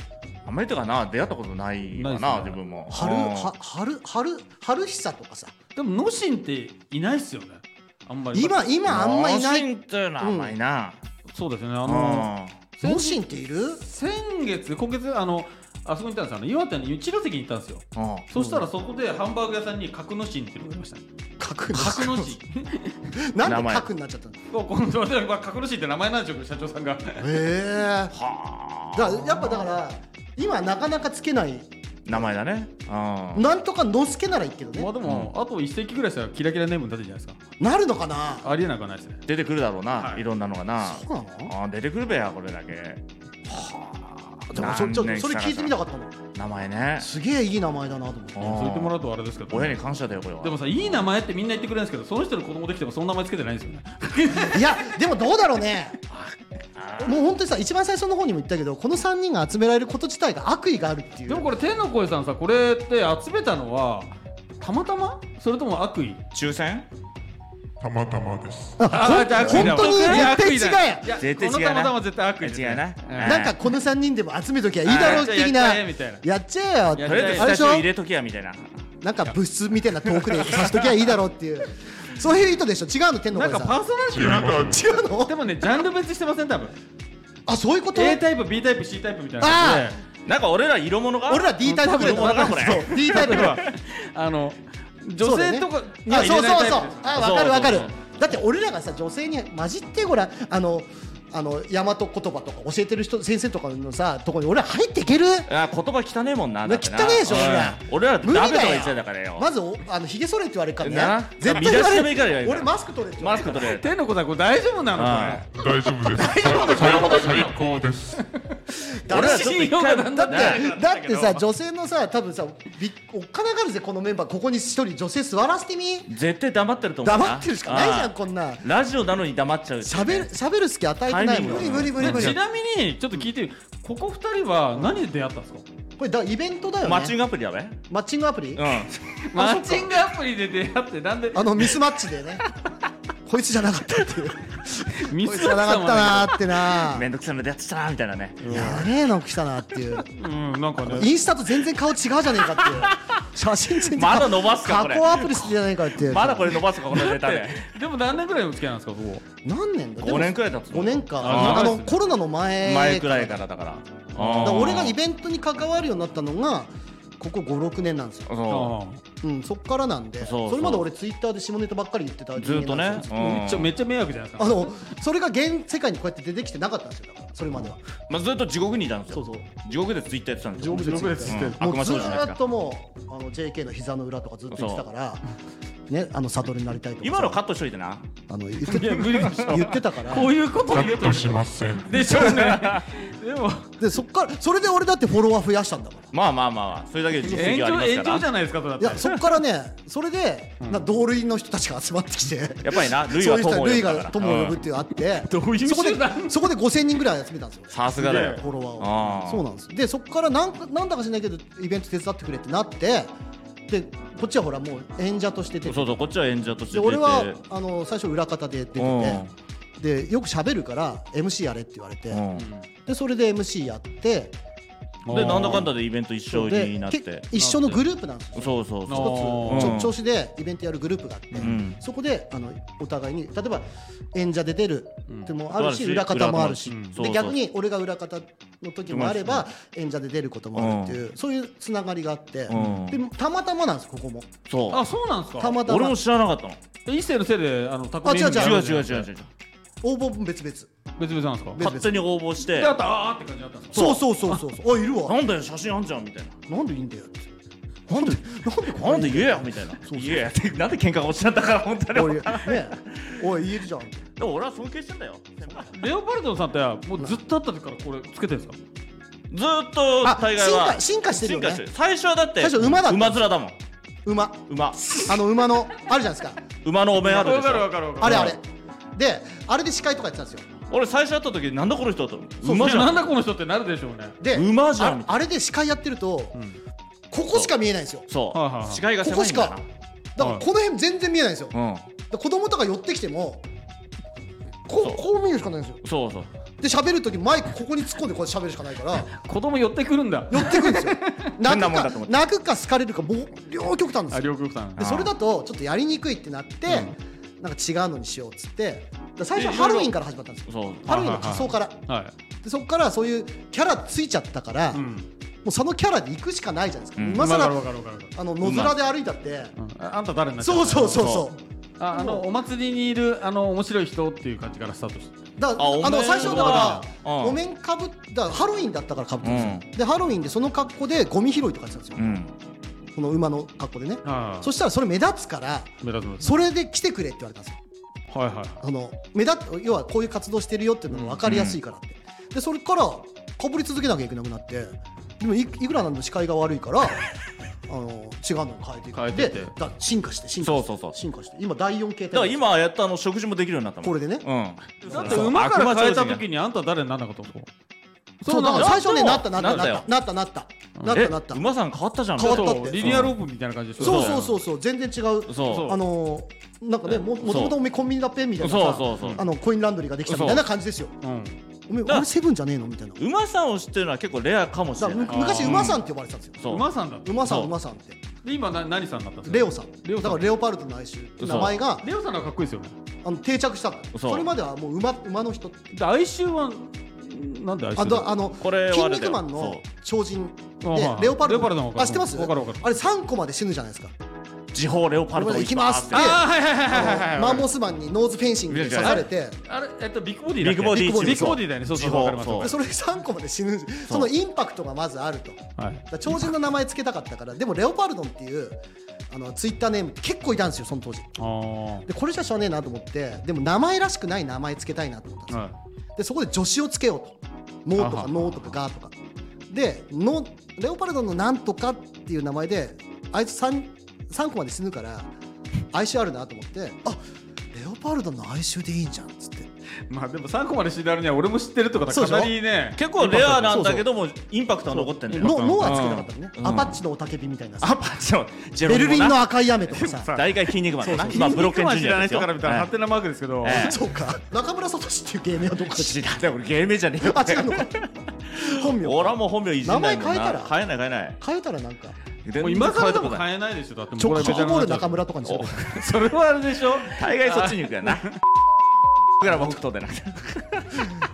Speaker 4: あんまりとかな出会ったことないかない
Speaker 7: なですね
Speaker 4: 自分も
Speaker 3: 春
Speaker 4: うん
Speaker 3: は春春春久とかさ
Speaker 7: でも野心っていないっすよねあんまり
Speaker 3: 今今あんまいな
Speaker 4: 脳
Speaker 3: い
Speaker 4: 神っていうのはあんまいな
Speaker 7: そうですねあ
Speaker 4: う
Speaker 7: の
Speaker 4: ん
Speaker 3: 野心っている
Speaker 7: 先月今月あのあそこに行ったんですあの岩手の一関に行ったんですよ
Speaker 4: うん
Speaker 7: そしたらそこでハンバーグ屋さんに格之進っていうのがありましたね
Speaker 3: 角
Speaker 7: 格之進
Speaker 3: な
Speaker 4: 名
Speaker 3: んで
Speaker 4: 前
Speaker 3: 角になっちゃったの
Speaker 7: そうこのすいませんまあ格之進って名前なんでしょうけど社長さん (laughs) が
Speaker 3: へえ
Speaker 4: はあ
Speaker 3: だからやっぱだから今なかなかつけない
Speaker 4: 名前だねうん
Speaker 3: なんとかのすけならいいけど
Speaker 7: まあ
Speaker 3: ね
Speaker 7: でもあと一席ぐらいしたらキラキラネームになってんじゃないです
Speaker 3: なるのかな
Speaker 7: かありえなくはないですね
Speaker 4: 出てくるだろうな
Speaker 7: はい
Speaker 4: いろんなのがな
Speaker 3: そうなの
Speaker 4: あ出てくるべやこれだけ
Speaker 3: でもそちょっとそれ聞いてみた
Speaker 4: か
Speaker 3: かったの
Speaker 4: 名前ね
Speaker 3: すげえいい名前だなと思って
Speaker 4: うん
Speaker 7: そう言ってもらうとあれですけど
Speaker 4: 親に感謝だよこれは
Speaker 7: でもさいい名前ってみんな言ってくれるんですけどその人の子供できてもその名前つけてないんですよね
Speaker 3: いやでもどうだろう
Speaker 7: (laughs)
Speaker 3: ねもう本当にさ一番最初の方にも言ったけどこの3人が集められること自体が悪意があるっていう
Speaker 7: でもこれ天の声さんさこれって集めたのはたまたまそれとも悪意
Speaker 4: 抽選
Speaker 6: たまたまです。
Speaker 7: あじゃあ
Speaker 3: 本当に絶対違え
Speaker 7: いや
Speaker 4: 絶対違うな
Speaker 7: このたまたま絶対悪意ですね
Speaker 4: 違うな
Speaker 7: うん
Speaker 3: なんかこの3人でも集めときゃいいだろう的な
Speaker 7: あやっちゃえやっちゃえ
Speaker 3: やっちゃ
Speaker 7: みたいな
Speaker 3: え
Speaker 7: や
Speaker 4: と
Speaker 7: っ
Speaker 3: よ
Speaker 4: りあえずス
Speaker 3: あれ
Speaker 4: タ
Speaker 3: でし
Speaker 4: ジオ入
Speaker 3: ょ
Speaker 4: れときやみたいな
Speaker 3: なんか物質みたいなトークでさしときゃいいだろうっていうそういう意図でしょ違うの天の
Speaker 7: な
Speaker 3: 声
Speaker 7: んか
Speaker 3: さ
Speaker 7: パーソナリテ
Speaker 6: 違います。
Speaker 3: ん違うの
Speaker 7: ィでもねジャンル別してません多分
Speaker 3: あそういうこと
Speaker 7: A タイプ B タイプ C タイプみたいな
Speaker 3: あ
Speaker 7: 感
Speaker 3: あ
Speaker 4: なんか俺ら色物が
Speaker 3: 俺ら D タイプぐらい
Speaker 4: 色物
Speaker 3: だ
Speaker 4: がこれ
Speaker 3: そう D タイプ
Speaker 7: じ
Speaker 3: ぐ
Speaker 7: で
Speaker 3: らい
Speaker 7: あの女性とかには
Speaker 3: あ
Speaker 7: 入
Speaker 3: そ
Speaker 7: れ
Speaker 3: う
Speaker 7: ない
Speaker 3: そう
Speaker 7: タイ
Speaker 3: そう
Speaker 7: プです
Speaker 3: あ分かる分かる
Speaker 4: そうそう
Speaker 3: だって俺らがさ女性に混じってごらんあのあの大和言葉とか教えてる人先生とかのさとこに俺ら入っていける
Speaker 4: あ言葉汚ねえもんなだってな
Speaker 3: 汚ねえでしょ
Speaker 4: うん
Speaker 3: 俺ら
Speaker 4: 俺らだって
Speaker 3: 無理
Speaker 4: ダメとか
Speaker 3: だ
Speaker 4: 言ってた
Speaker 3: よ
Speaker 4: んだからよ
Speaker 3: まずおあのひげ剃れって言われるから
Speaker 4: な
Speaker 3: ね絶対言わ
Speaker 4: 見出し
Speaker 3: れ
Speaker 4: でもいいから
Speaker 3: る
Speaker 4: よ
Speaker 3: 俺マスク取れって言わ
Speaker 4: マ
Speaker 3: れ
Speaker 4: ス
Speaker 3: るから
Speaker 4: ク取れ
Speaker 8: 天の子さんこれ大丈夫なのこれ
Speaker 6: 大丈夫です。最高最高です。
Speaker 4: 俺らちょっと
Speaker 8: 信
Speaker 4: 一回
Speaker 8: 用がなん
Speaker 3: だ
Speaker 8: だっ
Speaker 3: っ
Speaker 8: てて
Speaker 3: だってさ女性のさ多分さびおっかながるぜこのメンバーここに一人女性座らせてみ
Speaker 4: 絶対黙ってると思うな
Speaker 3: 黙ってるしかないじゃ
Speaker 4: あ
Speaker 3: んこんな
Speaker 4: あラジオなのに黙っちゃうっていうね
Speaker 3: 喋る喋る隙与えてないもん無
Speaker 4: タ
Speaker 3: 理
Speaker 4: イミング
Speaker 3: 無理無理無
Speaker 7: ち
Speaker 3: 理
Speaker 7: なみにちょっと聞いてここ二人は何で出会ったんですか
Speaker 3: これだイベントだよね
Speaker 4: マッチングアプリ
Speaker 3: (laughs)
Speaker 4: だべ
Speaker 3: マッチングアプリ
Speaker 4: う
Speaker 8: マッチングアプリで出会ってなんで
Speaker 3: あのミスマッチでねこいつじゃなかったっていう
Speaker 8: ミ
Speaker 3: こいつ
Speaker 8: ス
Speaker 3: じゃなかったなーって
Speaker 4: ん
Speaker 3: な
Speaker 4: めんどくさいのでやってたなみたい
Speaker 3: (laughs)
Speaker 4: なね
Speaker 3: やべえの来たなっていう
Speaker 8: うんなんかね
Speaker 3: インスタと全然顔違うじゃねえかって
Speaker 4: (laughs)
Speaker 3: いう写真全然
Speaker 4: まだ伸ばすかこ
Speaker 3: 加
Speaker 4: れ
Speaker 3: 工アプリしてじゃねえかっていう
Speaker 4: まだこれ伸ばすかこのネタで
Speaker 8: でも何年ぐらいの付き合いなんですかそこ
Speaker 3: 何年だ
Speaker 4: 5年くらい経つ
Speaker 3: 5年か
Speaker 4: あ
Speaker 3: あ
Speaker 4: 長い
Speaker 3: のコロナの前
Speaker 4: 前くらいからだから
Speaker 3: だから俺がイ
Speaker 4: に
Speaker 3: ベントに関わるようになったのがここ56年なんですよ、
Speaker 4: そ
Speaker 8: あ
Speaker 3: うん、そっからなんで
Speaker 4: そうそう
Speaker 3: れまで俺ツイッターで下ネタばっかり言ってた
Speaker 4: うずっ
Speaker 3: 人
Speaker 4: と
Speaker 3: 間
Speaker 4: ね
Speaker 3: なんですよ
Speaker 4: う
Speaker 8: めっちゃ
Speaker 4: ん
Speaker 8: めっちゃ迷惑じゃないです
Speaker 3: あ
Speaker 8: か
Speaker 3: のそれが現世界にこうやって出てきてなかったんですよだからそれまでは
Speaker 4: まあずっと地獄にいたんです
Speaker 3: そう
Speaker 4: よ
Speaker 3: そう
Speaker 4: 地獄でツイッターやってたんです
Speaker 3: 地
Speaker 4: よ
Speaker 3: 獄でツイッター
Speaker 4: うん
Speaker 3: も
Speaker 4: 悪魔
Speaker 3: うず
Speaker 4: 少女じゃないです
Speaker 3: ーっ
Speaker 4: か
Speaker 3: ともうあの JK の膝の裏とかずっと言ってたからねあの悟りになりたいとかさ
Speaker 4: 今のカットしといてな
Speaker 3: あの言って言ってたから
Speaker 8: こういうこと
Speaker 6: カ
Speaker 8: 言う
Speaker 6: ッ
Speaker 8: と
Speaker 6: トしません。
Speaker 7: (laughs)
Speaker 8: でしょうねでも
Speaker 3: でそっからそれで俺だってフォロワー増やしたんだから
Speaker 4: まあまあまあまあそれだけで実
Speaker 8: 延
Speaker 4: 績はあ
Speaker 8: 長
Speaker 4: り
Speaker 8: 延
Speaker 4: ま
Speaker 8: 長
Speaker 4: す
Speaker 8: じ
Speaker 4: か
Speaker 8: ゃないですかそれだっ
Speaker 3: い
Speaker 8: て
Speaker 3: やそっからねそれで、な同類の人たちが集まってきて
Speaker 4: らやっぱりなルイ
Speaker 3: そう
Speaker 4: は
Speaker 3: いう人
Speaker 4: 友
Speaker 3: は
Speaker 4: を呼
Speaker 3: ル
Speaker 4: ぶ
Speaker 3: イ
Speaker 4: から
Speaker 3: が友を呼ぶっていうのがあって、
Speaker 8: どういう
Speaker 3: そこで
Speaker 8: 集団
Speaker 3: そこで5000人ぐらい集めたんですよ
Speaker 4: さすがだよ
Speaker 3: フォロワー
Speaker 4: あ
Speaker 3: を
Speaker 4: ー
Speaker 3: そうなんですでそこからなんかなんだか知らないけどイベント手伝ってくれってなってでこっちはほらもう演者として出て
Speaker 4: そうそうこっちは演者として
Speaker 3: で
Speaker 4: 出て
Speaker 3: 俺はあの最初裏方で出ててでよく喋るから MC やれって言われて
Speaker 4: うん
Speaker 3: でそれで MC やって
Speaker 4: でなんだかんだでイベント一緒になっ
Speaker 3: で
Speaker 4: て
Speaker 3: け一緒のグループなんですよ
Speaker 4: そうそう
Speaker 8: あ
Speaker 4: そ
Speaker 8: ー
Speaker 3: 一つち
Speaker 4: う
Speaker 3: ょ
Speaker 4: ん
Speaker 3: 調子でイベントやるグループがあって、
Speaker 4: ん
Speaker 3: そこであのお互いに例えば演者で出るってもあるし、
Speaker 4: うん
Speaker 3: 裏方もあるし、
Speaker 4: 裏方もあるしうんそう
Speaker 3: で
Speaker 4: そう
Speaker 3: 逆に俺が裏方の時もあれば演者で出ることもあるっていう、そういうつながりがあって、
Speaker 4: うん
Speaker 3: でたまたまなんですここも
Speaker 4: うそ
Speaker 7: あそうなんです
Speaker 3: た
Speaker 7: か
Speaker 3: ま
Speaker 4: う
Speaker 3: た
Speaker 4: 俺
Speaker 3: ま
Speaker 4: も知らなかったの
Speaker 7: 異性のせいであのタコ
Speaker 3: あ違う違う
Speaker 4: 違う
Speaker 3: そ
Speaker 4: 違う違う違う
Speaker 3: 応募も別々
Speaker 7: 別々なんですか
Speaker 3: 別々
Speaker 4: 勝手に応募して
Speaker 7: であったあーって感じだったんですか
Speaker 3: そうそうそうそうそうあいるわ
Speaker 4: なんだよ写真あんじゃんみたいな
Speaker 3: なんでいいんだよってなんでなんでこ
Speaker 4: なんで言えよみたいな
Speaker 3: うそう
Speaker 4: 言えやってなんで喧嘩が落ちちゃったから本当に
Speaker 3: おいねおい言えるじゃん
Speaker 4: でも俺は尊敬してんだよ先輩
Speaker 7: レオパルドさんってもうずっとあった時からこれつけてるんですか
Speaker 4: ずーっと
Speaker 3: あ
Speaker 4: 大概は
Speaker 3: 進化進化してるよね
Speaker 4: 進化最初はだって
Speaker 3: 最初馬だった
Speaker 4: 馬面だもん
Speaker 3: 馬
Speaker 4: 馬
Speaker 3: あの馬のあるじゃないですか
Speaker 4: 馬のお面あるでしょ
Speaker 7: かるわ
Speaker 3: あれあれであれで司会とかやってたんですよ
Speaker 4: 俺最初会った時なんだこの人と思って
Speaker 7: 馬
Speaker 4: 馬
Speaker 7: じ
Speaker 4: じ
Speaker 7: ゃ
Speaker 4: ゃ
Speaker 7: なんんだこの人ってなるでしょうね
Speaker 3: で
Speaker 4: 馬じゃんみ
Speaker 3: あ
Speaker 4: たいな
Speaker 3: あれで司会やってると、ここしか見えないんですよ
Speaker 4: そ
Speaker 7: はいはいはいう
Speaker 4: 視界が
Speaker 3: こ
Speaker 4: 狭
Speaker 3: こ
Speaker 4: い
Speaker 3: し
Speaker 4: んだ
Speaker 3: かだからこの辺全然見えないんですよ、だか
Speaker 4: なうん
Speaker 3: ら子供とか寄ってきてもこうこう見るしかないんですよ
Speaker 4: そうそう
Speaker 3: で喋る時マイクここに突っ込んでこうやって喋るしかないから
Speaker 7: 子供寄ってくるんだ
Speaker 3: 寄ってくるんですよ泣
Speaker 4: (laughs) 変な
Speaker 3: く
Speaker 4: もんだ
Speaker 3: か
Speaker 4: と思って
Speaker 3: 泣くか好かれるかもう両極端です
Speaker 7: あ
Speaker 3: よ
Speaker 7: 両国さん
Speaker 3: でそれだとちょっとやりにくいってなって、なんか違うのにしようっつってだから最初ハロウィンから始まったんですよ
Speaker 4: そう
Speaker 3: ハロウィンの仮装から
Speaker 7: はい
Speaker 3: でそこからそういうキャラついちゃったから、もうそのキャラで行くしかないじゃないですか、
Speaker 4: うん
Speaker 3: 今更
Speaker 7: わかるわかるわかる
Speaker 3: あの野面で歩いたって、
Speaker 7: ああんた誰になっちゃ
Speaker 3: そうそうそう
Speaker 4: そ
Speaker 3: そう
Speaker 7: ああのお祭りにいるあの面白い人っていう感じからスタートして
Speaker 3: だから
Speaker 4: あ
Speaker 3: あ
Speaker 4: お面
Speaker 3: の最初だか
Speaker 4: う
Speaker 3: ら
Speaker 4: ん
Speaker 3: お面かぶっだからハロウィンだったからかぶってたんですよ、でハロウィンでその格好でゴミ拾いとかしてたんですよ、
Speaker 4: うん
Speaker 3: その馬の格好でね
Speaker 7: あ
Speaker 3: そしたらそれ目立つから
Speaker 7: 目立つ目立
Speaker 3: それで来てくれって言われたんですよ
Speaker 7: つはいはい
Speaker 3: その目立っ要はこういう活動してるよっていうのが分かりやすいからって、でそれからかぶり続けなきゃいけなくなってでもいいくらなんでも視界が悪いから
Speaker 4: (laughs)
Speaker 3: あの違うのを変えていく
Speaker 7: 変えてって
Speaker 3: でだ進化して進化して
Speaker 4: そうそうそう
Speaker 3: 進化して今第4形態
Speaker 4: だから今やったあの食事もできるようになったもん
Speaker 3: これでね
Speaker 4: うん
Speaker 7: だって馬から変えた時にあんた誰になんなかったんですか
Speaker 3: そうだから最初ね
Speaker 4: な
Speaker 3: な
Speaker 4: っ
Speaker 3: ったたなったなったなったなったなったなった
Speaker 4: え馬さん変わったじゃん
Speaker 3: 変わった
Speaker 7: そうリニアルオープンみたいな感じでしょ
Speaker 3: そうそうそうそう全然違う
Speaker 4: そう
Speaker 3: あのーなんかねももともとおめえコンビニだっぺみたいなさ
Speaker 4: そうそうそう
Speaker 3: あのコインランドリーができたみたいな感じですよ
Speaker 7: うん
Speaker 3: おめえ
Speaker 4: だ
Speaker 3: 俺セブンじゃねえのみたいなだ
Speaker 4: 馬さんを知ってるのは結構レアかもし
Speaker 3: か
Speaker 4: れ
Speaker 3: ら
Speaker 4: な
Speaker 3: む
Speaker 4: い
Speaker 3: 昔馬さんって呼ばれてたんですよ
Speaker 4: そう
Speaker 7: 馬さんだって
Speaker 3: 馬さん
Speaker 4: そう
Speaker 3: 馬さんって
Speaker 7: で今な何さんになったんですか
Speaker 3: レオさん
Speaker 7: レオさん
Speaker 3: だからレオパルトの愛愁って名前が
Speaker 7: レオさんがかっこいいですよね
Speaker 3: あの定着したの
Speaker 4: そう
Speaker 3: それまではもう馬馬の人って
Speaker 7: で哀愁はなんで哀愁
Speaker 3: あとあの
Speaker 4: これはあ
Speaker 3: 筋
Speaker 4: れだよ
Speaker 3: 肉マンの超人
Speaker 7: そう
Speaker 3: で
Speaker 7: あはい
Speaker 3: レオパル
Speaker 7: レオパルトの
Speaker 3: ト
Speaker 7: 方か
Speaker 3: あ知ってます
Speaker 7: わかるわかる
Speaker 3: あれ3個まで死ぬじゃないですか
Speaker 4: 時報レオパルト
Speaker 3: 行きますって
Speaker 4: バーっ
Speaker 8: あはいはいはいはいはい
Speaker 3: マンモスマンにノーズフェンシングに刺されて
Speaker 8: あれえっとビッグボデ
Speaker 4: て
Speaker 8: ィだっ
Speaker 4: ビッ
Speaker 8: け
Speaker 4: グボディチーム
Speaker 8: ビッグボディだよねそうそう
Speaker 4: 時報
Speaker 8: わかります
Speaker 4: そう
Speaker 3: でそれ3個まで死ぬんですそのインパクトがまずあるとだか
Speaker 8: はい
Speaker 3: ら超人の名前つけたかったからでもレオパルドンっていうあのツイッターネームって結構いたんですよその当時
Speaker 8: あ
Speaker 3: でこれじゃしょうねえなと思ってでも名前らしくない名前つけたいなと思ったんです
Speaker 8: あ
Speaker 3: よ
Speaker 8: はい
Speaker 3: でそこで助詞をつけようと「ノー」と
Speaker 8: あ
Speaker 3: か「
Speaker 8: は
Speaker 3: ノー」とか「ガー」とかでのレオパルドの「なんとか」っていう名前であいつ 3, 3個まで死ぬから哀愁あるなと思ってあレオパルドの哀愁でいいんじゃんっつって
Speaker 8: まあでも3個まで死んであるには俺も知ってるってこと
Speaker 3: そう
Speaker 8: はか
Speaker 3: でしょ
Speaker 8: なりね
Speaker 4: て結構レアなんだけどもインパクトは残って
Speaker 3: 「
Speaker 4: んだよ
Speaker 3: の」のはつけなかったのね、
Speaker 4: うん
Speaker 3: アパッチの雄たけびみたいなさ
Speaker 4: アパッチのジェロ
Speaker 3: ベルリンの
Speaker 4: な
Speaker 3: 赤い雨
Speaker 4: (laughs)
Speaker 3: とかさ
Speaker 4: 大概筋肉マンだな
Speaker 8: ま
Speaker 4: 今
Speaker 8: あ
Speaker 4: ブロッケンジュ
Speaker 8: 知
Speaker 4: ニ
Speaker 8: ら
Speaker 4: ア
Speaker 8: な
Speaker 4: で
Speaker 8: い
Speaker 4: す
Speaker 8: 人
Speaker 4: よ
Speaker 8: から見たら
Speaker 3: (laughs)
Speaker 8: 勝手なマークですけど、
Speaker 4: え
Speaker 3: そうか中村聡っていう芸名はどっかで
Speaker 4: 知らない俺芸名じゃねえよ
Speaker 3: あ違うの
Speaker 4: (laughs)
Speaker 3: か本名
Speaker 4: 俺はもう本名いじんないもんな
Speaker 3: 名前変えたら
Speaker 4: 変えない変えない
Speaker 3: 変えたらなんか
Speaker 8: もう今更で
Speaker 4: 全然変えたこ
Speaker 8: も
Speaker 4: とない
Speaker 8: 変えないでしょだってもう
Speaker 3: ちょ
Speaker 8: これ
Speaker 3: コ
Speaker 8: ベテラン
Speaker 3: ボール
Speaker 8: になっちゃ
Speaker 3: 中
Speaker 8: う
Speaker 3: 村とかにするから
Speaker 8: それはあれでしょ
Speaker 4: 大概そっちに行くよなだから僕とでなくて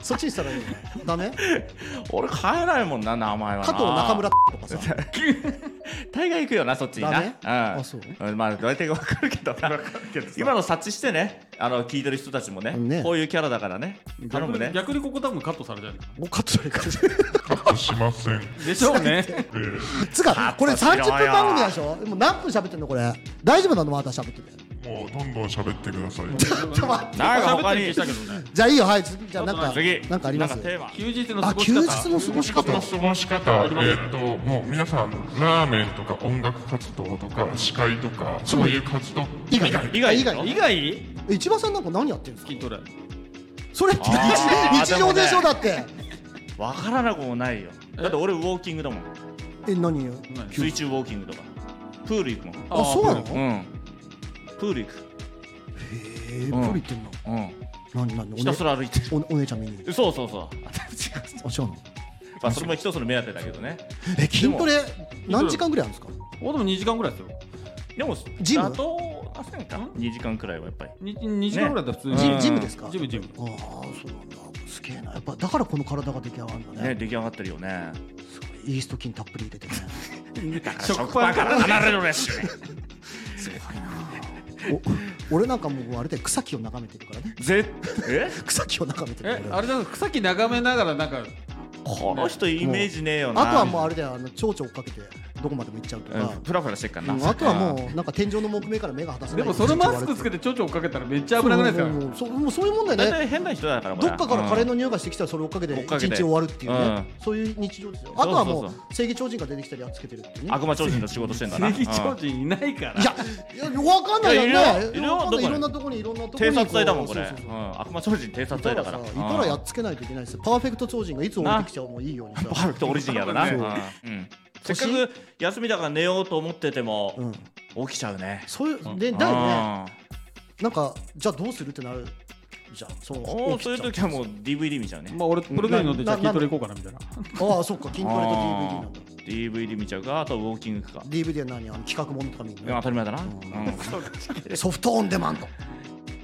Speaker 3: そっちにしたらいいのダメ
Speaker 4: 俺変えないもんな名前は
Speaker 3: 加
Speaker 4: な
Speaker 3: 藤中村とかさ
Speaker 4: 大概行くよなそっちにな
Speaker 3: ダメ
Speaker 4: うん
Speaker 3: あそうん
Speaker 4: まあ大体わかるけどな今の察知してねあの聞いてる人たちもね
Speaker 3: ね
Speaker 4: こういうキャラだからね頼むね
Speaker 7: 逆にここ多分カットされちゃう
Speaker 3: もうカットされるから
Speaker 6: カットしません。
Speaker 8: でしょう
Speaker 4: (laughs)
Speaker 8: ね
Speaker 3: つうか、これ
Speaker 4: カッ
Speaker 3: 30
Speaker 4: トしろよ
Speaker 3: 分番組なんでしょもう何分喋ってんのこれ。大丈夫なのまた喋ってて。
Speaker 6: もうどんどん喋ってください。
Speaker 3: ちょっと待って。
Speaker 4: なんか他
Speaker 8: 喋って
Speaker 4: に
Speaker 8: る気したけどね
Speaker 3: じゃあいいよ、はい。次、じゃあなんか、
Speaker 4: 次
Speaker 3: なんかあります
Speaker 4: なんかテーマ
Speaker 7: 休日の過
Speaker 3: あ、
Speaker 7: ご
Speaker 3: 休
Speaker 7: し
Speaker 3: 日
Speaker 7: 方
Speaker 3: の過ごし方。
Speaker 6: 過ごし方、えーっと、もう皆さん、ラーメンとか音楽活動とか、司会とか、そういう活動、
Speaker 3: 以外
Speaker 4: 以外
Speaker 3: 以外
Speaker 8: 以外
Speaker 3: え市場さんなんか何やってるんですか
Speaker 7: 筋トレ
Speaker 3: それって日
Speaker 4: あー
Speaker 3: 日常でしょ
Speaker 4: で
Speaker 3: だって。
Speaker 4: わからなくもないよだって俺ウォーキングだもん
Speaker 3: え、何よ。
Speaker 4: 水中ウォーキングとかプール行くもん
Speaker 3: あ、そうなのへ
Speaker 4: うんプール行く
Speaker 3: え、プール行ってんの
Speaker 4: うん
Speaker 3: 何何お
Speaker 4: ひたすら歩いてる
Speaker 3: 姉おお姉ちゃん見に。
Speaker 4: そうそうそ
Speaker 3: あ、違
Speaker 4: う
Speaker 3: うの
Speaker 4: まあそれも一つの目当てだけどね
Speaker 3: え、筋トレ何時間ぐらいあるんですか
Speaker 7: おでも2時間ぐらいですよ
Speaker 4: でも
Speaker 3: ジム
Speaker 4: 妥当な線か2時間くらいはやっぱり
Speaker 7: に2時間ぐらいだったら普通
Speaker 3: ジ
Speaker 7: に
Speaker 3: ムジムですか
Speaker 7: ジムジム
Speaker 3: ああ、そうなんだ。すげえな。やっぱだからこの体が出来上がるんだ
Speaker 4: ね
Speaker 3: ね。
Speaker 4: 出来上がってるよね
Speaker 3: イースト菌たっぷり入れてね。
Speaker 4: 食パンから離れるね
Speaker 3: お俺なんかもうあれで草木を眺めてるからね。
Speaker 4: (laughs) 絶え
Speaker 3: 草木を眺めてる
Speaker 7: え
Speaker 3: から
Speaker 7: あれだ草木眺めながらなんか
Speaker 4: この人イメージねえよな
Speaker 3: あとはもうあれだよ、あの蝶々追っかけてどこまでも行っちゃうとか、
Speaker 4: うんプラプラしてっから
Speaker 3: うん
Speaker 4: な
Speaker 3: あとはもうなんか天井の木目から目が果たせな
Speaker 8: で
Speaker 3: い。
Speaker 8: もそのマスクつけてちょちょ追っかけたらめっちゃ危なくないですか
Speaker 3: もうそうもうそういうもんだ
Speaker 4: 大
Speaker 3: よね。
Speaker 4: 体変な人だから
Speaker 3: どっかからカレー
Speaker 4: の
Speaker 3: の匂いがしてきたらそれ追っかけて
Speaker 4: 追っ
Speaker 3: 一
Speaker 4: かけて
Speaker 3: 日終わるっていうね、
Speaker 4: う
Speaker 3: そういう日常ですよ。
Speaker 4: そ
Speaker 3: あ
Speaker 4: うそう
Speaker 3: と
Speaker 4: そう
Speaker 3: はもう正義超人が出てきたりやっつけてるっていうね。
Speaker 4: 悪魔超人の仕事してんだ
Speaker 8: ら
Speaker 4: な
Speaker 8: 正義
Speaker 4: う
Speaker 8: 超
Speaker 4: ん
Speaker 8: 人いないから
Speaker 3: いや、いやわかんないよ
Speaker 4: いやいるよ
Speaker 3: ね。
Speaker 4: いるよ
Speaker 3: わかんない
Speaker 4: どこに
Speaker 3: いろんなとこにいろんなとこに
Speaker 4: 偵
Speaker 3: こう。
Speaker 4: 察隊だもんこれう
Speaker 3: そうそうそうん
Speaker 4: 悪魔超人偵察
Speaker 3: いた
Speaker 4: 隊
Speaker 3: ら
Speaker 4: だから
Speaker 3: さ、
Speaker 4: う
Speaker 3: い
Speaker 4: ん
Speaker 3: たらやっつけないといけないですよ。パーフェクト超人がいつ降りてきちゃうもいいように
Speaker 4: パー
Speaker 3: さ。
Speaker 4: フェクトオリジンやだな
Speaker 8: そう
Speaker 4: うんうんせっかく休みだから寝ようと思ってて
Speaker 3: う
Speaker 4: も
Speaker 3: ん、
Speaker 4: 起きちゃうね
Speaker 3: そういうでだよね。なんかじゃあどうするってなるじゃんその
Speaker 4: うんおー
Speaker 3: 起
Speaker 4: そうい
Speaker 3: き
Speaker 4: う
Speaker 3: ちゃ
Speaker 4: 時はもう DVD 見ちゃうね
Speaker 8: まあ俺プロデュー飲んでじゃあ
Speaker 3: なな
Speaker 8: 筋トレ行こうかなみたいな
Speaker 3: ああそっか筋トレと DVD なんだ
Speaker 4: DVD 見ちゃうかあとウォーキングか
Speaker 3: DVD は何あの企画ものとか見る
Speaker 4: うん当
Speaker 3: の
Speaker 4: たり前だなうん
Speaker 3: ソフトオンデマンド
Speaker 4: そ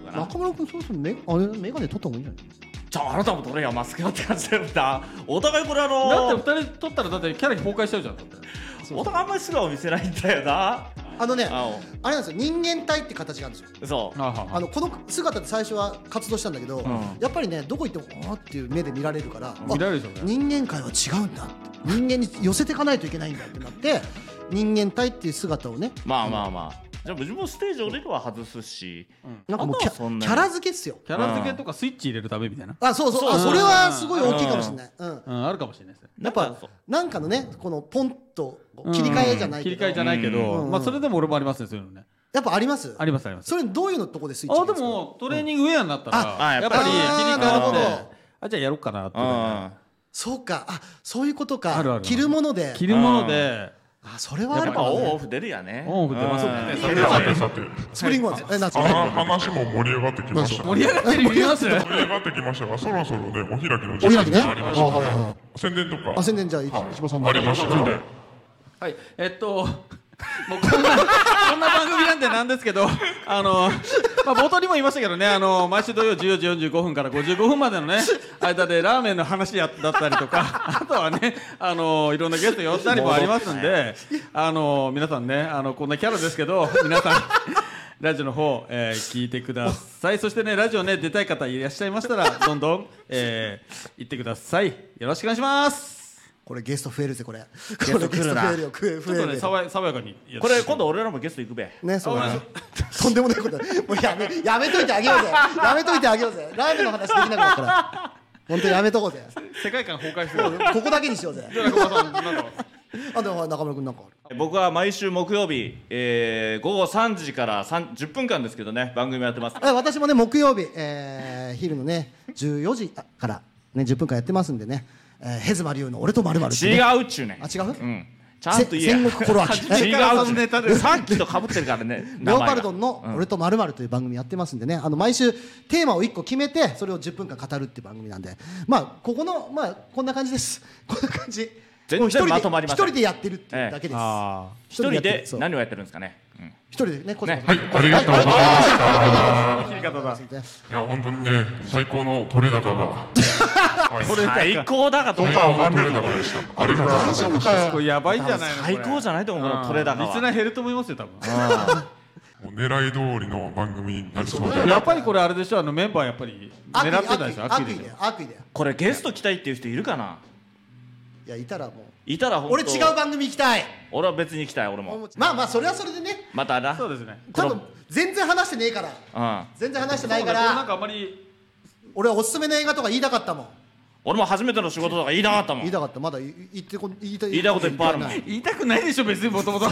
Speaker 4: うだな
Speaker 3: 中村君そろそろメあれメガネ取った方がいいんじゃない
Speaker 4: じゃああなたも取れよマスクよって感じだよなお互いこれあ
Speaker 7: だっ
Speaker 4: の
Speaker 7: て2人取ったらだってキャラ崩壊しちゃうじゃんだって
Speaker 4: お互いあんまり素顔見せないんだよな
Speaker 3: あのねあ
Speaker 4: あ
Speaker 3: れなんですよ人間体って形があるんですよ
Speaker 4: おそう
Speaker 3: あのこの姿で最初は活動したんだけど、
Speaker 4: ん
Speaker 3: やっぱりねどこ行ってもあーっていう目で見られるから、
Speaker 7: 見ら
Speaker 3: あ
Speaker 7: れるでしょうね
Speaker 3: 人間界は違うんだって人間に寄せていかないといけないんだってなって人間体っていう姿をね
Speaker 4: まあまあまあじゃあ自分もステージ降りるは外すし
Speaker 3: なんかもうキ
Speaker 4: あとはそん
Speaker 3: ャ
Speaker 4: な
Speaker 3: キ
Speaker 4: に
Speaker 3: ャラ付けっすよ
Speaker 8: キャラ付けとかスイッチ入れるためみたいな、
Speaker 3: あそうそうあそれはすごい大きいかもしれない、うん、
Speaker 8: うん、あるかもしれないですね
Speaker 4: やっ
Speaker 3: ぱなんかのねこのポンと切り替えじゃない
Speaker 8: 切
Speaker 3: け
Speaker 8: り
Speaker 3: ど、
Speaker 8: 替えじゃないけど、
Speaker 3: うん
Speaker 8: まあそれでも俺もありますねそういうのね
Speaker 3: やっぱあります
Speaker 8: ありますあります
Speaker 3: それどういうのとこでスイッチ
Speaker 8: あ
Speaker 3: 入れ
Speaker 8: で
Speaker 3: るんですか
Speaker 8: もトレーニングウェアになったら、
Speaker 4: ああや
Speaker 8: や
Speaker 4: っ
Speaker 8: っ
Speaker 4: ぱ
Speaker 8: ぱ
Speaker 4: り
Speaker 8: り切り
Speaker 3: あ
Speaker 8: 替
Speaker 3: ーな
Speaker 8: わ
Speaker 3: る
Speaker 8: っ
Speaker 3: ほ
Speaker 8: てあじゃあやろうかなって、
Speaker 4: うん
Speaker 3: そうかあそういうことか
Speaker 8: あるある
Speaker 3: 着るもので
Speaker 8: 着るもので、
Speaker 3: あそれはあ
Speaker 4: や
Speaker 3: る
Speaker 4: っぱ
Speaker 3: かも、
Speaker 4: オン
Speaker 3: ね
Speaker 4: オ、フ出るやね
Speaker 8: オンオフ出ますね
Speaker 4: うん
Speaker 6: さてさてさて、
Speaker 3: スプリングワンズえなんす
Speaker 6: あ
Speaker 3: か
Speaker 6: 話も盛り上がってきました。
Speaker 8: 盛り上がってる見えます
Speaker 6: 盛り上がってきましたが、そろそろね、お開きの
Speaker 3: お
Speaker 6: 時
Speaker 3: 開きね
Speaker 6: がありま
Speaker 3: あ
Speaker 6: した。
Speaker 3: はいは
Speaker 6: 宣伝と
Speaker 3: いあ
Speaker 6: か
Speaker 3: 宣伝じゃあ石破さんの
Speaker 6: ありましたね。
Speaker 8: はい、
Speaker 7: (laughs)
Speaker 8: えっと、もうこんな、こんな番組なんでなんですけど、あの、
Speaker 7: まあ冒頭にも言いましたけどね、あの毎週土曜14時45分から55分までのね、間でラーメンの話やだったりとか、あとはね、あのいろんなゲスト呼んだりもありますんで、あの皆さんね、あのこんなキャラですけど、皆さん。ラジオの方、えー聞いてください。そしてね、ラジオね、出たい方いらっしゃいましたら、どんどん、えー、行ってください。よろしくお願いします。
Speaker 3: これゲスト増えるぜこれ
Speaker 9: ス
Speaker 3: こ
Speaker 9: ト
Speaker 3: れゲ
Speaker 9: 来
Speaker 3: ス
Speaker 9: る
Speaker 3: ト
Speaker 9: な
Speaker 3: 増えるよ増える
Speaker 7: ち
Speaker 3: 増え
Speaker 7: ょっと
Speaker 3: る
Speaker 7: ね、
Speaker 3: よ
Speaker 7: 爽や爽やかにやって
Speaker 4: これ今度俺らもゲスト行くべ
Speaker 3: ねそうだね (laughs) とんでもないことだもうやめやめといてあげようぜやめといてあげようぜラーメンの話できなくなったから本当やめとこうぜ
Speaker 7: 世界観崩壊する。
Speaker 3: (laughs) ここだけにしようぜ
Speaker 7: 中村さんなんか
Speaker 3: あでも中村君なんかある
Speaker 4: 僕は毎週木曜日、えー午後3時から3 10分間ですけどね番組やってます
Speaker 3: あ私もね木曜日、えー昼のね14時からね10分間やってますんでね、えー、ヘズマ流の俺とまるまる
Speaker 4: 違うっちゅうねん
Speaker 3: あ違う
Speaker 4: うん、ちゃんと言え
Speaker 3: せ戦国コロアキ
Speaker 4: (laughs) 違
Speaker 3: え
Speaker 4: うっちゅうねんさっきとかぶってるからね
Speaker 3: レ
Speaker 4: 名前
Speaker 3: オ
Speaker 4: が
Speaker 3: パルドンの「俺とまるという番組やってますんでね、あの毎週テーマを1個決めてそれを10分間語るっていう番組なんでまあここのまあこんな感じです (laughs) こんな感じ
Speaker 4: 全然
Speaker 3: もう一人で
Speaker 4: まとまりません
Speaker 3: 一人でやってるっていうだけです、
Speaker 4: 一人
Speaker 3: やって
Speaker 4: で
Speaker 3: るそう
Speaker 4: 何をやってるんですかね、うん
Speaker 3: 一人でねこそこそ
Speaker 4: ね
Speaker 6: はい、ありがとうございま
Speaker 3: 切り方だい
Speaker 6: す。いや、本当にね、最高の取れ高が。はい
Speaker 4: 最高だがどう
Speaker 6: 取れ
Speaker 4: か
Speaker 6: 高が取れ高でした。ありがとうございます。
Speaker 7: これやばいんじゃないの
Speaker 4: 最高じゃないと思うこの取れ高
Speaker 7: リスナ
Speaker 4: は
Speaker 7: ー減ると思いますよ多分
Speaker 6: もう狙い通りの番組になりそうで。
Speaker 7: やっぱりこれあれでしょあのメンバーやっぱり狙ってたでしょ
Speaker 3: 悪
Speaker 7: 悪
Speaker 3: 意だ
Speaker 7: 意でし
Speaker 3: よ
Speaker 7: ょ
Speaker 3: 悪意だよ
Speaker 4: これゲスト来たいっていう人いるかない
Speaker 3: やいたらも
Speaker 4: いたら
Speaker 3: う
Speaker 4: 本当
Speaker 3: 俺違う番組行きたい
Speaker 4: 俺は別に来たい俺も
Speaker 3: まあまあそれはそれでね
Speaker 4: またな
Speaker 7: そうですね
Speaker 3: 多分全然話してねえから
Speaker 4: うん
Speaker 3: 全然話してない
Speaker 7: そう
Speaker 3: か
Speaker 7: だなん
Speaker 3: ら
Speaker 7: かあんまり
Speaker 3: 俺はおすすめの映画とか言いたかったもん
Speaker 4: 俺も初めての仕事とか言いなかったも
Speaker 3: 言い
Speaker 4: ん
Speaker 3: たかったまだ言い言ってこ言いた
Speaker 4: 言いたいこといっぱいあるもん
Speaker 3: 言
Speaker 7: 言いたくないでしょ別にもともと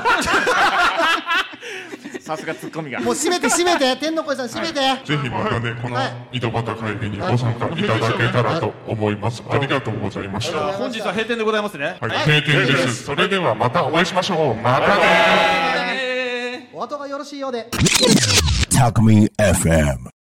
Speaker 4: さすがツッコミが
Speaker 3: もう閉めて閉め
Speaker 4: (laughs)
Speaker 3: て天の声さん閉めて、
Speaker 6: ぜひまたね、この
Speaker 3: はい
Speaker 6: 井戸端会議にご参加いただけたらと思います。ありがとうございました。は
Speaker 7: 本日は閉店でございますね
Speaker 6: い、閉店です。それではまたお会いしましょう。またね
Speaker 3: お後がよろしいようで
Speaker 2: Talk Me FM.